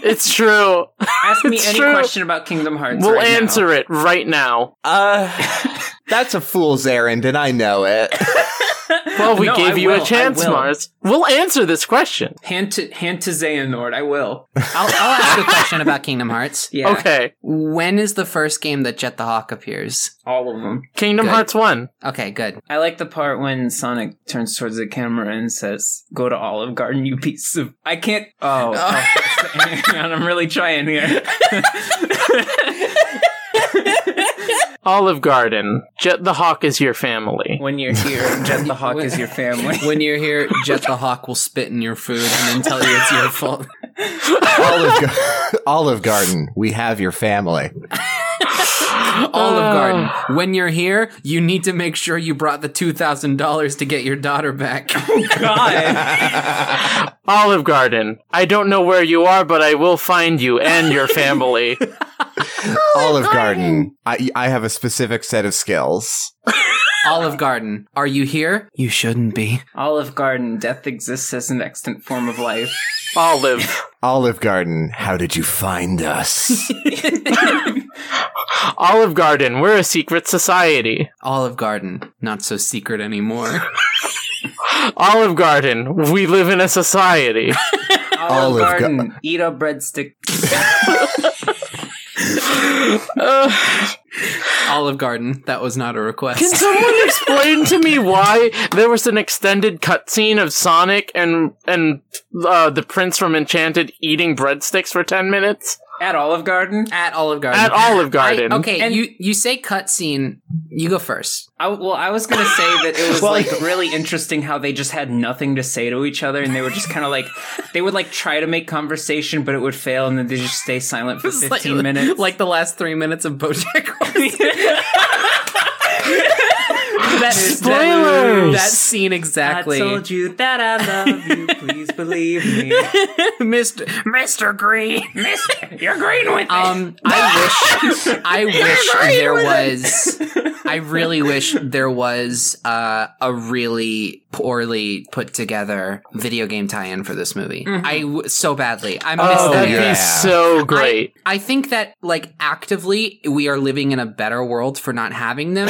[SPEAKER 2] it's true.
[SPEAKER 1] Ask me
[SPEAKER 2] It's
[SPEAKER 1] any
[SPEAKER 2] true.
[SPEAKER 1] question about Kingdom Hearts.
[SPEAKER 2] We'll
[SPEAKER 1] right now.
[SPEAKER 2] answer it right now.
[SPEAKER 3] uh, <laughs> that's a fool's errand, and I
[SPEAKER 1] <laughs>
[SPEAKER 3] know it.
[SPEAKER 2] Well, we
[SPEAKER 1] No,
[SPEAKER 2] gave
[SPEAKER 1] I
[SPEAKER 2] you
[SPEAKER 1] will,
[SPEAKER 2] a
[SPEAKER 1] I
[SPEAKER 2] chance,
[SPEAKER 1] will.
[SPEAKER 2] Mars. We'll answer this question.
[SPEAKER 1] Hand to hand to Xehanort. I
[SPEAKER 2] <laughs>
[SPEAKER 1] will.
[SPEAKER 4] I'll, I'll ask a question about
[SPEAKER 3] <laughs>
[SPEAKER 4] Kingdom Hearts.
[SPEAKER 1] Yeah.
[SPEAKER 2] Okay.
[SPEAKER 4] When is the first game that Jet the Hawk appears?
[SPEAKER 1] All of them.
[SPEAKER 2] Kingdom
[SPEAKER 4] Good.
[SPEAKER 2] Hearts 1.
[SPEAKER 4] Okay, good.
[SPEAKER 1] I like the part when Sonic turns towards the camera and says, "Go to Olive Garden, you piece of." I can't. <laughs> Oh, oh. Hang on, I'm really trying
[SPEAKER 2] <laughs>
[SPEAKER 1] here.
[SPEAKER 2] Olive Garden. Jet the Hawk is your family.
[SPEAKER 1] when you're here, Jet the Hawk is your
[SPEAKER 2] <laughs>
[SPEAKER 1] family.
[SPEAKER 4] When you're here, Jet the Hawk will spit in your food and then tell you it's
[SPEAKER 1] <laughs>
[SPEAKER 4] your fault.
[SPEAKER 3] Olive, Gar- Olive Garden, we have your family.
[SPEAKER 1] <laughs> Oh.
[SPEAKER 4] Olive Garden. When you're here, you need to make sure you brought the two thousand dollars to get your
[SPEAKER 1] <laughs>
[SPEAKER 4] daughter back.
[SPEAKER 1] Oh, God,
[SPEAKER 2] Olive Garden. I don't know where you are, but I will find you and your family.
[SPEAKER 3] Olive Garden, I, I have a specific set of skills.
[SPEAKER 4] <laughs> Olive Garden, are you here? You shouldn't be.
[SPEAKER 1] Olive Garden. Death exists as an extant form of life.
[SPEAKER 2] Olive.
[SPEAKER 3] Olive Garden, how did you
[SPEAKER 1] <laughs>
[SPEAKER 3] find us?
[SPEAKER 2] Olive Garden. We're a secret society.
[SPEAKER 4] Olive Garden, not so secret anymore.
[SPEAKER 2] Olive Garden. We live in a society.
[SPEAKER 1] Olive,
[SPEAKER 3] Olive Gar-
[SPEAKER 1] Garden. Eat a breadstick.
[SPEAKER 2] Uh,
[SPEAKER 4] Olive Garden. That was not a request.
[SPEAKER 2] Can someone explain to me why there was an extended cutscene of Sonic and and uh, the Prince from Enchanted eating breadsticks for ten minutes
[SPEAKER 1] At Olive Garden?
[SPEAKER 4] At Olive Garden.
[SPEAKER 2] at Olive Garden?
[SPEAKER 4] I- okay,
[SPEAKER 1] And-
[SPEAKER 4] you you say cutscene. You go first.
[SPEAKER 1] I, well, I was gonna say that it was
[SPEAKER 3] Well-
[SPEAKER 1] like really interesting how they just had nothing to say to each other, and they were just kind of <laughs> like they would like try to make conversation, but it would fail, and then they just stay silent for
[SPEAKER 4] It's
[SPEAKER 1] fifteen minutes.
[SPEAKER 4] like the last three minutes of <laughs> BoJack. Horseman. that,
[SPEAKER 2] Spoilers!
[SPEAKER 4] That, that scene
[SPEAKER 1] I
[SPEAKER 4] exactly.
[SPEAKER 1] told you that I love you. Please believe <laughs> me.
[SPEAKER 4] Mr. Mr. Green.
[SPEAKER 1] You're green with
[SPEAKER 4] Um, I wish, <laughs> I wish
[SPEAKER 1] agreed
[SPEAKER 4] there
[SPEAKER 1] with
[SPEAKER 4] was, I really wish there was uh, a really poorly put together video game tie-in for this movie. I w- so badly. I miss
[SPEAKER 2] Oh,
[SPEAKER 4] that.
[SPEAKER 2] that'd
[SPEAKER 4] era.
[SPEAKER 3] yeah.
[SPEAKER 2] be so great.
[SPEAKER 4] I think that like actively we are living in a better world for not
[SPEAKER 1] <laughs>
[SPEAKER 4] having them.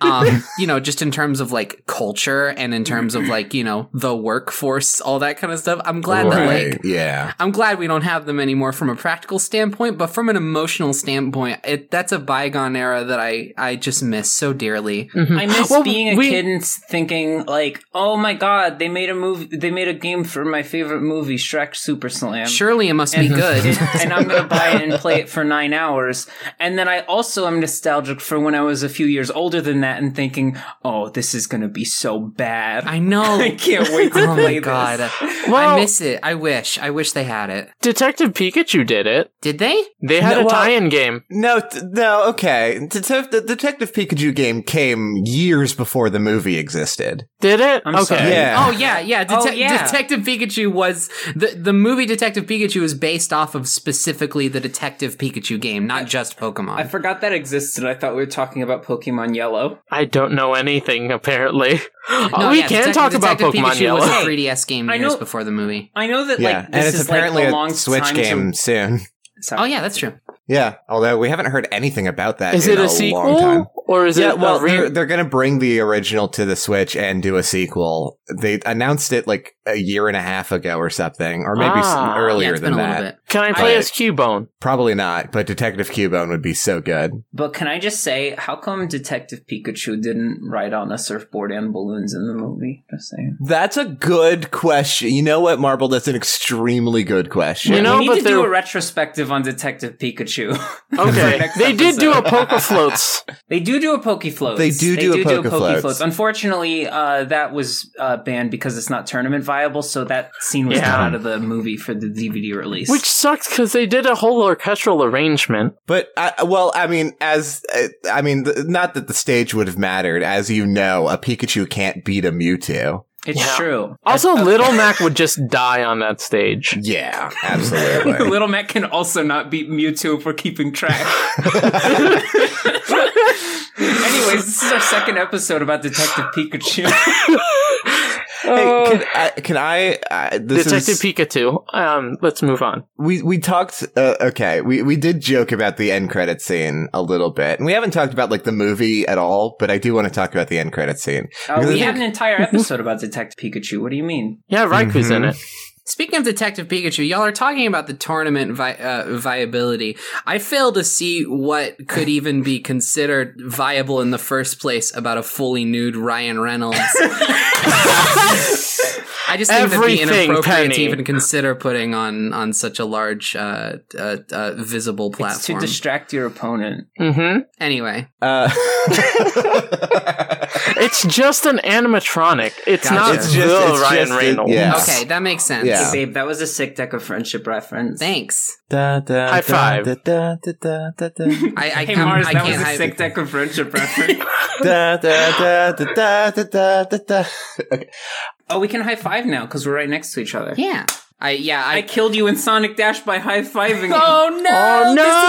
[SPEAKER 4] um, you know, just in terms of like culture and in terms of like, you know, the workforce, all that kind of stuff. I'm glad that like
[SPEAKER 3] yeah.
[SPEAKER 4] I'm glad we don't have them anymore from a practical standpoint, but from an emotional standpoint, it that's a bygone era that I I just miss so dearly.
[SPEAKER 1] I miss
[SPEAKER 2] Well,
[SPEAKER 1] being a
[SPEAKER 2] we-
[SPEAKER 1] kid and s- thinking like, "Oh my god, they made a movie. They made a game for my favorite movie, Shrek Super Slam."
[SPEAKER 4] Surely it must be good.
[SPEAKER 1] and I'm going to buy it and play it for nine hours. And then I also am nostalgic for when I was a few years older than that and thinking, oh, this is going to be so bad. <laughs> I,
[SPEAKER 4] I know.
[SPEAKER 1] can't wait to
[SPEAKER 4] Oh
[SPEAKER 1] play
[SPEAKER 4] my
[SPEAKER 1] this.
[SPEAKER 4] god.
[SPEAKER 2] Well-
[SPEAKER 4] I miss it. I wish. I wish they had it.
[SPEAKER 2] Detective Pikachu did it.
[SPEAKER 4] Did they?
[SPEAKER 2] They had
[SPEAKER 3] No,
[SPEAKER 2] a
[SPEAKER 3] well-
[SPEAKER 2] tie-in game.
[SPEAKER 3] No, t- no, okay. Detective, the Detective Pikachu game came years before the movie existed.
[SPEAKER 2] Did it?
[SPEAKER 1] I'm
[SPEAKER 2] okay.
[SPEAKER 1] sorry. <laughs>
[SPEAKER 3] Yeah.
[SPEAKER 4] Oh yeah, yeah. Dete-
[SPEAKER 1] Oh, yeah.
[SPEAKER 4] Detective Pikachu was the the movie Detective Pikachu is based off of specifically the Detective Pikachu game, not just Pokemon.
[SPEAKER 1] I forgot that existed. I thought we were talking about Pokemon Yellow.
[SPEAKER 2] I don't know anything apparently.
[SPEAKER 4] No,
[SPEAKER 2] Oh, we
[SPEAKER 4] yeah,
[SPEAKER 2] can
[SPEAKER 4] Detective-
[SPEAKER 2] talk about
[SPEAKER 4] Detective
[SPEAKER 2] Pokemon
[SPEAKER 4] Pikachu
[SPEAKER 2] Yellow.
[SPEAKER 4] Was a 3DS game
[SPEAKER 1] I
[SPEAKER 4] years
[SPEAKER 1] know-
[SPEAKER 4] before the movie.
[SPEAKER 1] I know that
[SPEAKER 3] yeah.
[SPEAKER 1] like this
[SPEAKER 3] and it's
[SPEAKER 1] is like
[SPEAKER 3] apparently
[SPEAKER 1] a long
[SPEAKER 3] a Switch
[SPEAKER 1] time
[SPEAKER 3] game
[SPEAKER 1] To,
[SPEAKER 3] soon. <laughs>
[SPEAKER 1] Sorry.
[SPEAKER 4] Oh yeah, that's true.
[SPEAKER 3] Yeah, although we haven't heard anything about that.
[SPEAKER 2] Is it
[SPEAKER 3] in
[SPEAKER 2] a,
[SPEAKER 3] Long time.
[SPEAKER 2] sequel or is
[SPEAKER 3] yeah,
[SPEAKER 2] it
[SPEAKER 3] well,
[SPEAKER 2] a re-
[SPEAKER 3] they're, they're going to bring the original to the Switch and do a sequel. They announced it like a year and a half ago or something, or maybe s
[SPEAKER 2] Ah.
[SPEAKER 4] yeah,
[SPEAKER 3] earlier
[SPEAKER 4] it's been
[SPEAKER 3] than
[SPEAKER 4] a
[SPEAKER 3] that.
[SPEAKER 4] little bit.
[SPEAKER 2] Can I play
[SPEAKER 3] I-
[SPEAKER 2] as
[SPEAKER 4] <laughs>
[SPEAKER 2] Cubone?
[SPEAKER 3] Probably not, but Detective Cubone would be so good.
[SPEAKER 1] But can I just say, how come Detective Pikachu didn't ride on a surfboard and balloons in the movie? Just saying.
[SPEAKER 3] That's a good question. You know what, Marble? That's an extremely good question.
[SPEAKER 2] You know,
[SPEAKER 1] we need
[SPEAKER 2] but
[SPEAKER 1] to do
[SPEAKER 2] they're-
[SPEAKER 1] a retrospective on Detective Pikachu.
[SPEAKER 2] Okay,
[SPEAKER 1] next
[SPEAKER 2] they did do a
[SPEAKER 1] episode.
[SPEAKER 4] <laughs>
[SPEAKER 2] Poke Floats.
[SPEAKER 1] They do do a Pokefloats.
[SPEAKER 3] They do do a Pokefloats.
[SPEAKER 1] Unfortunately, uh, that was uh, banned because it's not tournament viable, so that scene was
[SPEAKER 2] Yeah.
[SPEAKER 1] not out of the movie for the DVD release.
[SPEAKER 2] Which sucks because they did a whole orchestral arrangement.
[SPEAKER 3] But I, well, I mean, as uh, I mean, th- not that the stage would have mattered. As you know, a Pikachu can't beat a Mewtwo.
[SPEAKER 1] it's
[SPEAKER 2] Yeah.
[SPEAKER 1] true.
[SPEAKER 2] Also, Little Mac would just die on that stage.
[SPEAKER 3] Yeah, <laughs> absolutely.
[SPEAKER 1] <laughs> Little Mac can also not beat Mewtwo for keeping
[SPEAKER 3] <laughs>
[SPEAKER 1] track. Anyways, this is our second episode about Detective
[SPEAKER 3] <laughs>
[SPEAKER 1] Pikachu. Uh,
[SPEAKER 3] hey, can I? Can I uh, this
[SPEAKER 2] Detective
[SPEAKER 3] is,
[SPEAKER 2] Pikachu. Um, let's move on.
[SPEAKER 3] we we talked uh, okay we we did joke about the end credit scene a little bit and we haven't talked about like the movie at all but i do want to talk about the end credit scene
[SPEAKER 1] Uh,
[SPEAKER 3] Because I
[SPEAKER 1] we
[SPEAKER 3] think-
[SPEAKER 1] had an entire episode about Detective Pikachu. What do you mean?
[SPEAKER 2] Yeah, Raiku's in
[SPEAKER 3] Mhm.
[SPEAKER 2] it.
[SPEAKER 4] Speaking of Detective Pikachu, y'all are talking about the tournament vi- uh, viability. I fail to see what could even be considered viable in the first place about a fully nude Ryan
[SPEAKER 2] <laughs>
[SPEAKER 4] Reynolds. I just think that'd be
[SPEAKER 2] Everything,
[SPEAKER 4] inappropriate to
[SPEAKER 2] Penny.
[SPEAKER 4] even consider putting on on such a large, uh, uh, uh, visible
[SPEAKER 1] It's to
[SPEAKER 4] platform.
[SPEAKER 1] distract your opponent.
[SPEAKER 2] hmm
[SPEAKER 4] anyway,
[SPEAKER 3] uh, <laughs>
[SPEAKER 2] <laughs> It's just an animatronic. It's
[SPEAKER 4] Gotcha.
[SPEAKER 2] not
[SPEAKER 4] It's
[SPEAKER 3] just-
[SPEAKER 2] the
[SPEAKER 3] it's
[SPEAKER 2] Ryan
[SPEAKER 3] just a-
[SPEAKER 2] Reynolds.
[SPEAKER 3] yeah.
[SPEAKER 4] okay, that makes sense.
[SPEAKER 3] Yeah.
[SPEAKER 1] Hey, babe, that was a sick deck of friendship reference.
[SPEAKER 4] Thanks.
[SPEAKER 2] High five.
[SPEAKER 4] I, I,
[SPEAKER 1] hey,
[SPEAKER 4] I'm-
[SPEAKER 1] Mars,
[SPEAKER 4] I
[SPEAKER 1] that
[SPEAKER 4] can't
[SPEAKER 1] was a
[SPEAKER 4] hide-
[SPEAKER 1] sick deck of friendship reference.
[SPEAKER 4] <laughs>
[SPEAKER 1] oh, we can high five now because we're right next to each other.
[SPEAKER 4] Yeah. I yeah. I,
[SPEAKER 1] I killed you in Sonic Dash by high fiving.
[SPEAKER 4] <laughs> Oh no!
[SPEAKER 2] Oh, no!
[SPEAKER 4] This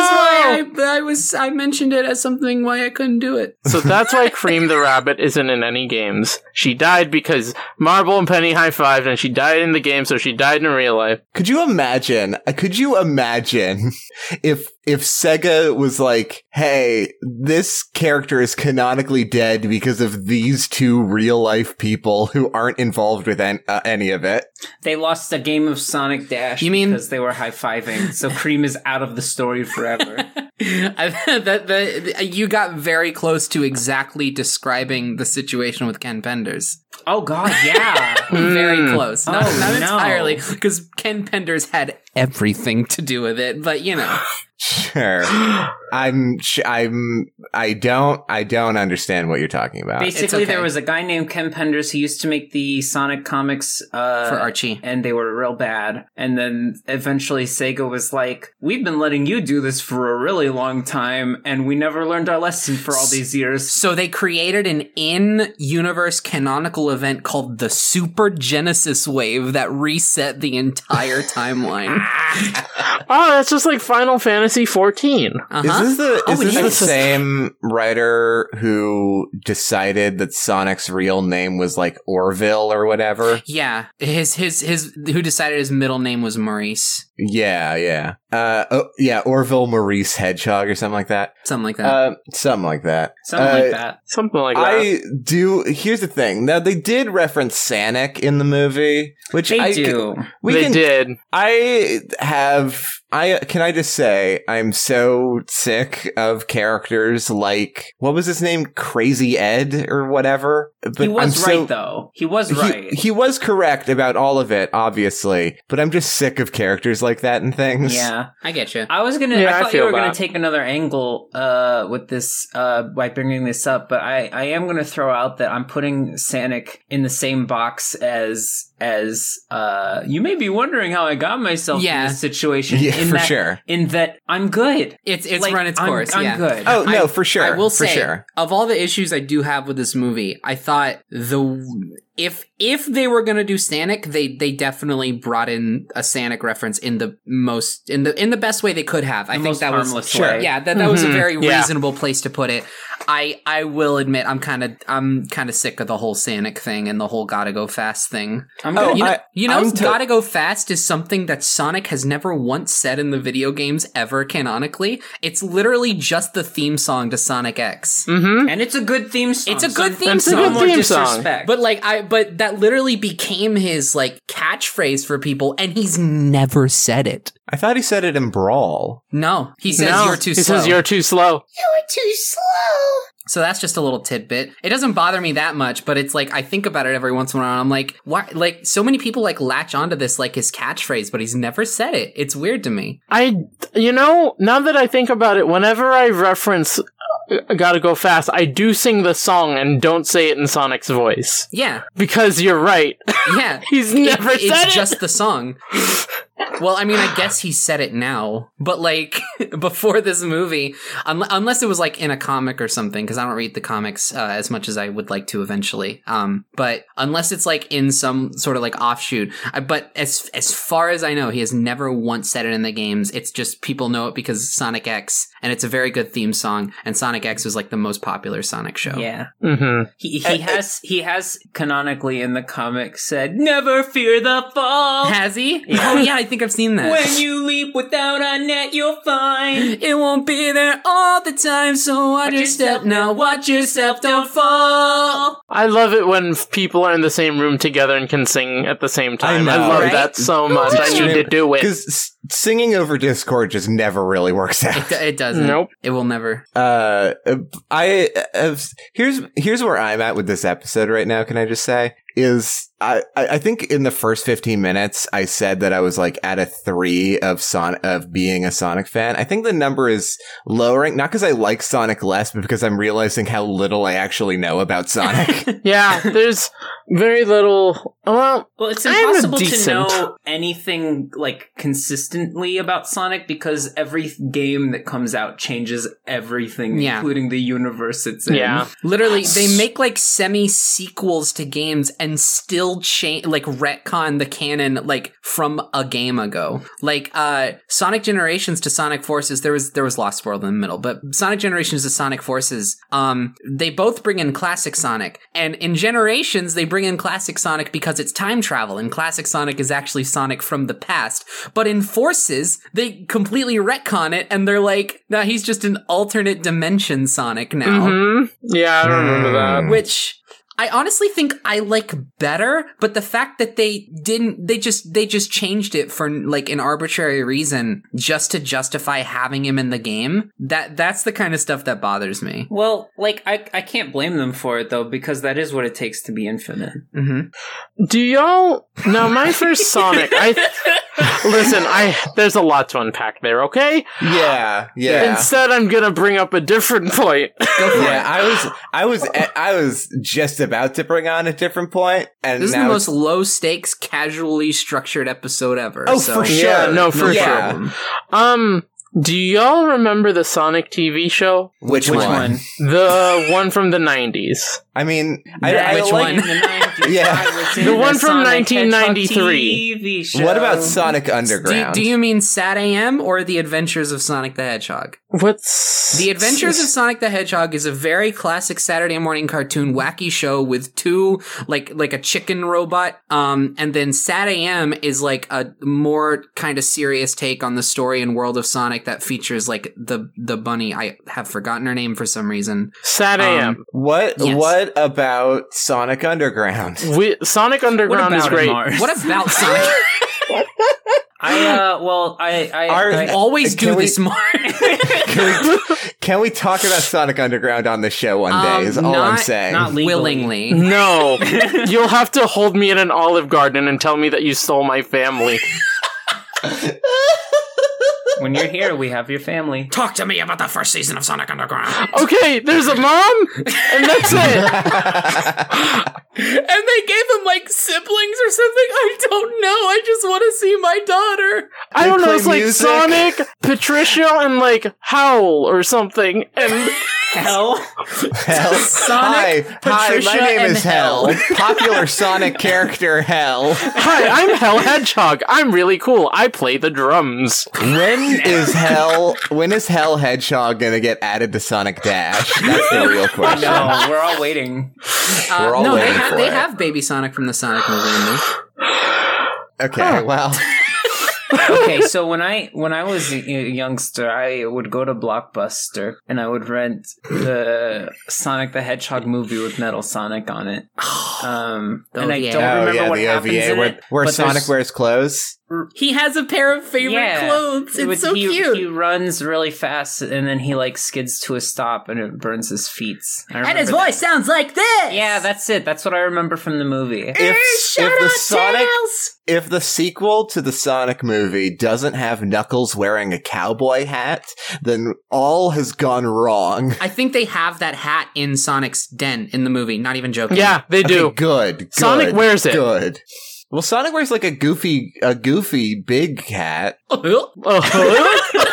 [SPEAKER 4] is why I, I was I mentioned it as something why I couldn't do it.
[SPEAKER 2] So that's why Cream the Rabbit isn't in any games. She died because Marble and Penny high fived, and she died in the game, so she died in real life.
[SPEAKER 3] could you imagine could you imagine <laughs> if if sega was like hey this character is canonically dead because of these two real life people who aren't involved with an- uh, any of it
[SPEAKER 1] <laughs> They lost a game of Sonic Dash
[SPEAKER 4] You mean- <laughs>
[SPEAKER 1] because they were high fiving. So Cream is out of the story forever.
[SPEAKER 4] <laughs> I- that, that, you got very close to exactly describing the situation with Ken Penders.
[SPEAKER 1] Oh God, yeah.
[SPEAKER 3] Hmm.
[SPEAKER 4] Very close. Not,
[SPEAKER 1] Oh,
[SPEAKER 4] not
[SPEAKER 1] no.
[SPEAKER 4] entirely, because Ken Penders had everything to do with it, but you
[SPEAKER 3] <sighs>
[SPEAKER 4] know. <gasps>
[SPEAKER 3] Sure. I'm. sh- I'm. I don't. I don't understand what you're talking
[SPEAKER 1] <laughs>
[SPEAKER 3] about.
[SPEAKER 1] Basically,
[SPEAKER 4] okay.
[SPEAKER 1] there was a guy named Ken Penders who used to make the Sonic comics uh,
[SPEAKER 4] for Archie.
[SPEAKER 1] and they were real bad. And then eventually Sega was like, "We've been letting you do this for a really long time, and we never learned our lesson for all these years."
[SPEAKER 4] So they created an in-universe canonical event called the Super Genesis Wave that reset
[SPEAKER 3] <laughs>
[SPEAKER 4] the entire timeline.
[SPEAKER 2] Oh, that's just like Final Fantasy 14.
[SPEAKER 4] Uh-huh.
[SPEAKER 3] Is this the
[SPEAKER 4] Oh,
[SPEAKER 3] is this
[SPEAKER 4] yeah.
[SPEAKER 3] the same writer who decided that Sonic's real name was like Orville or whatever?
[SPEAKER 4] yeah, his his his who decided his middle name was Maurice,
[SPEAKER 3] Yeah, yeah. Uh, oh, yeah, Orville Maurice Hedgehog or something like that.
[SPEAKER 4] something like that.
[SPEAKER 3] Uh, something like that.
[SPEAKER 1] Something
[SPEAKER 3] Uh,
[SPEAKER 1] like that.
[SPEAKER 2] Something like that.
[SPEAKER 3] I do. Here's the thing. Now they did reference Sonic in the movie, which
[SPEAKER 1] They
[SPEAKER 3] I c-
[SPEAKER 1] do.
[SPEAKER 3] we
[SPEAKER 2] they
[SPEAKER 3] can
[SPEAKER 2] did.
[SPEAKER 3] I have I can I just say I'm so sick of characters like what was his name Crazy Ed or whatever. But
[SPEAKER 1] he was
[SPEAKER 3] I'm so-
[SPEAKER 1] right though. He was
[SPEAKER 3] he-
[SPEAKER 1] right.
[SPEAKER 3] He, was correct about all of it, obviously, but I'm just sick of characters like that and things.
[SPEAKER 1] yeah,
[SPEAKER 4] I get you.
[SPEAKER 1] I was gonna.
[SPEAKER 2] Yeah,
[SPEAKER 1] I
[SPEAKER 2] I
[SPEAKER 1] thought you
[SPEAKER 2] feel
[SPEAKER 1] were gonna
[SPEAKER 2] that.
[SPEAKER 1] take another angle uh, with this uh, by bringing this up, but I, I am gonna throw out that I'm putting Sanic in the same box as as uh, you may be wondering how I got myself
[SPEAKER 4] Yeah.
[SPEAKER 1] in this situation.
[SPEAKER 3] Yeah,
[SPEAKER 1] in
[SPEAKER 3] for
[SPEAKER 1] that,
[SPEAKER 3] sure.
[SPEAKER 1] In that I'm good.
[SPEAKER 4] It's it's
[SPEAKER 1] Like,
[SPEAKER 4] run its
[SPEAKER 1] I'm-
[SPEAKER 4] course.
[SPEAKER 1] I'm,
[SPEAKER 4] yeah.
[SPEAKER 1] good.
[SPEAKER 3] Oh no,
[SPEAKER 4] I-
[SPEAKER 3] for sure.
[SPEAKER 4] I will
[SPEAKER 3] for
[SPEAKER 4] say,
[SPEAKER 3] sure.
[SPEAKER 4] of all the issues I do have with this movie, I thought the if if they were gonna do Sanic, they they definitely brought in a Sanic reference in the most in the in the best way they could have. I
[SPEAKER 1] The
[SPEAKER 4] think
[SPEAKER 1] most
[SPEAKER 4] that was
[SPEAKER 1] harmless
[SPEAKER 4] sure.
[SPEAKER 1] way. Mm-hmm.
[SPEAKER 4] Yeah, that, that was a
[SPEAKER 2] Mhm.
[SPEAKER 4] very
[SPEAKER 2] Yeah.
[SPEAKER 4] reasonable place to put it. I I will admit I'm kind of I'm kind of sick of the whole Sanic thing and the whole gotta go fast thing.
[SPEAKER 1] I'm
[SPEAKER 3] Oh,
[SPEAKER 1] good.
[SPEAKER 4] You know,
[SPEAKER 3] I-
[SPEAKER 4] you know
[SPEAKER 3] I'm to-
[SPEAKER 4] gotta go fast is something that Sonic has never once said in the video games ever canonically. It's literally just the theme song to Sonic X.
[SPEAKER 2] Mm-hmm.
[SPEAKER 1] and it's a good theme song.
[SPEAKER 4] It's a good
[SPEAKER 1] so-
[SPEAKER 4] theme
[SPEAKER 1] so
[SPEAKER 4] song.
[SPEAKER 1] no more
[SPEAKER 2] It's a good theme song.
[SPEAKER 1] disrespect.
[SPEAKER 4] But like I but that literally became his like catchphrase for people and he's never said it.
[SPEAKER 3] I thought he said it in Brawl.
[SPEAKER 4] No, he says
[SPEAKER 2] No,
[SPEAKER 4] you're too
[SPEAKER 2] he
[SPEAKER 4] slow.
[SPEAKER 2] says you're too slow.
[SPEAKER 4] so that's just a little tidbit. It doesn't bother me that much, but it's like I think about it every once in a while. and I'm like, why? Like so many people like latch onto this like his catchphrase, but he's never said it. It's weird to me.
[SPEAKER 2] I, you know, now that I think about it, whenever I reference uh, Gotta Go Fast, I do sing the song and don't say it in Sonic's voice.
[SPEAKER 4] Yeah,
[SPEAKER 2] Because you're right. <laughs>
[SPEAKER 4] yeah.
[SPEAKER 2] He's
[SPEAKER 4] It-
[SPEAKER 2] never
[SPEAKER 4] it's
[SPEAKER 2] said it.
[SPEAKER 4] just the song. Well, I mean, I guess he said it now, but like <laughs> before this movie, un- unless it was like in a comic or something, because I don't read the comics uh, as much as I would like to eventually. Um, but unless it's like in some sort of like offshoot, I, but as as far as I know, he has never once said it in the games. It's just people know it because Sonic X, and it's a very good theme song. And Sonic X was like the most popular Sonic show.
[SPEAKER 1] yeah,
[SPEAKER 2] hmm
[SPEAKER 1] he, he has he has canonically in the comic said, "Never fear the fall."
[SPEAKER 4] Has he? Oh yeah, I think I've seen that.
[SPEAKER 1] When you leap without a net, you'll
[SPEAKER 2] <gasps>
[SPEAKER 1] find.
[SPEAKER 4] It won't be there all the time, so watch your step now. Watch yourself, don't fall.
[SPEAKER 2] I love it when f- people are in the same room together and can sing at the same time. I,
[SPEAKER 3] know,
[SPEAKER 2] love
[SPEAKER 4] right?
[SPEAKER 2] that so much. I need to do it.
[SPEAKER 3] because singing over Discord just never really works out.
[SPEAKER 4] It, it doesn't.
[SPEAKER 2] Nope.
[SPEAKER 4] It will never.
[SPEAKER 3] <laughs> uh i uh, here's here's where i'm at with this episode right now can i just say is I, I I think in the first 15 minutes I said that I was like at a three of Son of being a Sonic fan. I think the number is lowering, not because I like Sonic less, but because I'm realizing how little I actually know about Sonic.
[SPEAKER 4] <laughs>
[SPEAKER 2] Yeah, there's very little. Well,
[SPEAKER 1] Well, it's
[SPEAKER 2] I am a
[SPEAKER 1] impossible to
[SPEAKER 2] decent-
[SPEAKER 1] know anything like consistently about Sonic because every game that comes out changes everything,
[SPEAKER 4] Yeah.
[SPEAKER 1] including the universe it's in.
[SPEAKER 2] yeah.
[SPEAKER 4] Literally, they make like semi sequels to games and still change, like retcon the canon, like from a game ago. Like, uh, Sonic Generations to Sonic Forces, there was, there was Lost World in the middle, but Sonic Generations to Sonic Forces, um, they both bring in classic Sonic. And in Generations, they bring in classic Sonic because it's time travel, and classic Sonic is actually Sonic from the past. But in Forces, they completely retcon it, and they're like, nah, he's just an alternate dimension Sonic now
[SPEAKER 2] Mm-hmm. hmm Yeah, I don't remember that.
[SPEAKER 3] Hmm.
[SPEAKER 4] Uh, which I honestly think I like better, but the fact that they didn't, they just, they just changed it for like an arbitrary reason just to justify having him in the game. That, that's the kind of stuff that bothers me.
[SPEAKER 1] Well, like I, I can't blame them for it though because that is what it takes to be infinite.
[SPEAKER 4] Mm-hmm.
[SPEAKER 2] Do y'all? No, my first Sonic. I
[SPEAKER 4] <laughs>
[SPEAKER 2] listen. I there's a lot to unpack there. Okay.
[SPEAKER 3] Yeah, yeah.
[SPEAKER 2] Instead, I'm gonna bring up a different point.
[SPEAKER 3] Yeah, I was, I was, eh, I was just about to bring on a different point, and
[SPEAKER 4] This is the
[SPEAKER 3] now
[SPEAKER 4] most low stakes, casually structured episode ever.
[SPEAKER 3] Oh,
[SPEAKER 4] so.
[SPEAKER 3] for sure.
[SPEAKER 2] yeah. No, for
[SPEAKER 3] Yeah.
[SPEAKER 2] sure. Um, do y'all remember the Sonic TV show?
[SPEAKER 3] which,
[SPEAKER 1] Which
[SPEAKER 3] one?
[SPEAKER 1] one?
[SPEAKER 2] The one from the 90s.
[SPEAKER 3] I mean, I, I
[SPEAKER 4] Which
[SPEAKER 3] like-
[SPEAKER 4] one?
[SPEAKER 2] <laughs>
[SPEAKER 1] <laughs>
[SPEAKER 3] Yeah.
[SPEAKER 2] The one from 1993.
[SPEAKER 3] What about Sonic
[SPEAKER 4] Do,
[SPEAKER 3] Underground?
[SPEAKER 4] do you mean Sad AM or The Adventures of Sonic the Hedgehog?
[SPEAKER 2] What's
[SPEAKER 4] The Adventures of Sonic the Hedgehog is a very classic Saturday morning cartoon wacky show with two like like a chicken robot. Um and then Sad AM is like a more kind of serious take on the story and world of Sonic that features like the the bunny. I have forgotten her name for some reason.
[SPEAKER 2] Sad AM.
[SPEAKER 4] Um,
[SPEAKER 3] what?
[SPEAKER 4] Yes.
[SPEAKER 3] What about Sonic
[SPEAKER 4] <laughs>
[SPEAKER 3] Underground?
[SPEAKER 2] we, Sonic Underground is
[SPEAKER 1] about
[SPEAKER 2] great.
[SPEAKER 1] Mars?
[SPEAKER 4] What about Sonic?
[SPEAKER 1] <laughs> I uh, well, I I,
[SPEAKER 3] Our-
[SPEAKER 1] I-
[SPEAKER 4] Always do
[SPEAKER 3] Can we-
[SPEAKER 4] this more.
[SPEAKER 3] Can we, can we talk about Sonic Underground on the show one day?
[SPEAKER 4] Um,
[SPEAKER 3] Is all I'm
[SPEAKER 4] not-
[SPEAKER 1] <laughs>
[SPEAKER 3] saying. <laughs>
[SPEAKER 1] not legally.
[SPEAKER 4] willingly.
[SPEAKER 2] No, you'll have to hold me in an Olive Garden and tell me that you stole my family.
[SPEAKER 1] when you're here, we have your family.
[SPEAKER 4] Talk to me about the first season of Sonic Underground.
[SPEAKER 2] Okay, there's a mom, and that's it.
[SPEAKER 4] And they gave him like siblings or something. I don't know. I just want to see my daughter.
[SPEAKER 2] I
[SPEAKER 3] They
[SPEAKER 2] don't know.
[SPEAKER 3] play
[SPEAKER 2] It's like
[SPEAKER 3] music.
[SPEAKER 2] Sonic, Patricia, and like Howl or something. And
[SPEAKER 1] Hell,
[SPEAKER 3] Hell.
[SPEAKER 4] Sonic,
[SPEAKER 3] hi,
[SPEAKER 4] Patricia,
[SPEAKER 3] hi, my name
[SPEAKER 4] and
[SPEAKER 3] is Hell. Popular Sonic character Hell.
[SPEAKER 2] hi, I'm Hell Hedgehog. I'm really cool. I play the drums.
[SPEAKER 3] When is Hell? When is Hell Hedgehog gonna get added to Sonic Dash? That's the
[SPEAKER 1] <laughs>
[SPEAKER 3] real question.
[SPEAKER 1] no, we're all waiting.
[SPEAKER 3] We're all
[SPEAKER 4] Uh, no, they
[SPEAKER 3] waiting
[SPEAKER 4] have
[SPEAKER 3] for
[SPEAKER 4] they
[SPEAKER 3] it.
[SPEAKER 4] have Baby Sonic from the Sonic movie. in there.
[SPEAKER 3] Okay, well,
[SPEAKER 1] Okay, so when I when I was a y- youngster, I would go to Blockbuster and I would rent the Sonic the Hedgehog movie with Metal Sonic on
[SPEAKER 3] <gasps>
[SPEAKER 1] it. Um, and I
[SPEAKER 4] yeah.
[SPEAKER 1] don't
[SPEAKER 4] Oh,
[SPEAKER 1] remember what
[SPEAKER 3] the
[SPEAKER 1] happens
[SPEAKER 3] OVA
[SPEAKER 1] in
[SPEAKER 3] where,
[SPEAKER 1] it.
[SPEAKER 3] where
[SPEAKER 1] but
[SPEAKER 3] Sonic
[SPEAKER 1] there's-
[SPEAKER 3] wears clothes.
[SPEAKER 4] He has a pair of favorite
[SPEAKER 1] Yeah.
[SPEAKER 4] clothes. It's
[SPEAKER 1] would-
[SPEAKER 4] so
[SPEAKER 1] he,
[SPEAKER 4] cute.
[SPEAKER 1] He runs really fast and then he like skids to a stop and it burns his feet. I
[SPEAKER 4] and his
[SPEAKER 1] remember
[SPEAKER 4] voice sounds like this.
[SPEAKER 1] that. Yeah, that's it. That's what I remember from the movie.
[SPEAKER 3] If,
[SPEAKER 4] Shut
[SPEAKER 3] if the
[SPEAKER 4] up,
[SPEAKER 3] Sonic
[SPEAKER 4] Tails.
[SPEAKER 3] if the sequel to the Sonic movie doesn't have Knuckles wearing a cowboy hat, then all has gone wrong.
[SPEAKER 4] I think they have that hat in Sonic's den in the movie. Not even joking. <laughs>
[SPEAKER 2] Yeah, they do.
[SPEAKER 3] Okay, good, good.
[SPEAKER 2] Sonic wears it.
[SPEAKER 3] Good. Well, Sonic wears like a goofy, a goofy big
[SPEAKER 1] <laughs>
[SPEAKER 3] hat. <laughs> Oh
[SPEAKER 2] Uh-huh.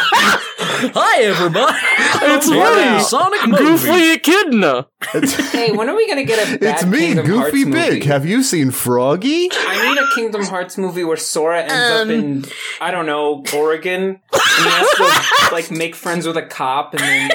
[SPEAKER 4] Hi everybody.
[SPEAKER 2] It's me,
[SPEAKER 4] Sonic
[SPEAKER 2] Goofy Echidna.
[SPEAKER 1] Hey, when are we gonna get a?
[SPEAKER 3] it's me, Goofy Big. Have you seen Froggy?
[SPEAKER 1] I need a Kingdom Hearts movie where Sora ends up
[SPEAKER 2] Um,
[SPEAKER 1] in I don't know Oregon and he has to like make friends with a cop and then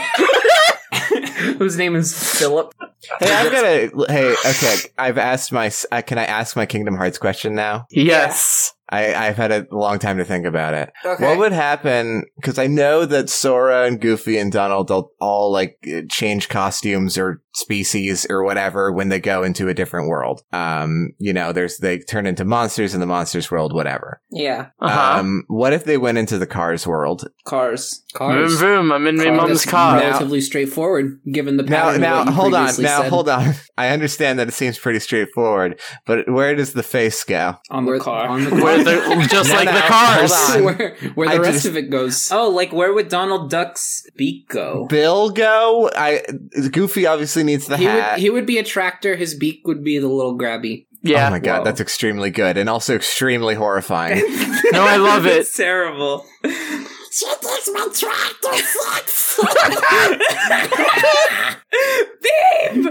[SPEAKER 4] whose name is Philip.
[SPEAKER 3] Hey, I've got a. Hey, okay. I've asked my. Uh, can I ask my Kingdom Hearts question now?
[SPEAKER 2] Yes.
[SPEAKER 3] I, I've had a long time to think about it.
[SPEAKER 1] Okay.
[SPEAKER 3] What would happen? Because I know that Sora and Goofy and Donald they'll all like change costumes or species or whatever when they go into a different world. Um, you know, there's they turn into monsters in the monsters world, whatever.
[SPEAKER 1] yeah,
[SPEAKER 2] Uh-huh.
[SPEAKER 3] Um, what if they went into the Cars world?
[SPEAKER 1] cars.
[SPEAKER 3] Um,
[SPEAKER 2] Vroom vroom, I'm in my mom's car.
[SPEAKER 4] Relatively straightforward, given the
[SPEAKER 3] Now,
[SPEAKER 4] pattern.
[SPEAKER 3] now, hold on. Now, hold on. <laughs> I understand that it seems pretty straightforward, but where does the face go?
[SPEAKER 1] on the car.
[SPEAKER 2] <laughs>
[SPEAKER 4] On the
[SPEAKER 2] Where the, just
[SPEAKER 3] No,
[SPEAKER 2] like
[SPEAKER 3] no,
[SPEAKER 2] the cars.
[SPEAKER 3] hold on.
[SPEAKER 4] <laughs> where, where the
[SPEAKER 3] I
[SPEAKER 4] rest
[SPEAKER 3] just-
[SPEAKER 4] of it goes.
[SPEAKER 1] oh, like where would Donald Duck's beak go?
[SPEAKER 3] Bill go? I Goofy obviously needs the
[SPEAKER 4] he
[SPEAKER 3] hat.
[SPEAKER 4] would he would be a tractor. His beak would be the little grabby.
[SPEAKER 3] Oh
[SPEAKER 2] Yeah.
[SPEAKER 3] my god,
[SPEAKER 1] Whoa.
[SPEAKER 3] that's extremely good and also extremely horrifying.
[SPEAKER 2] <laughs> No, I love it.
[SPEAKER 1] It's terrible.
[SPEAKER 4] She takes my tractor.
[SPEAKER 1] <laughs> <laughs>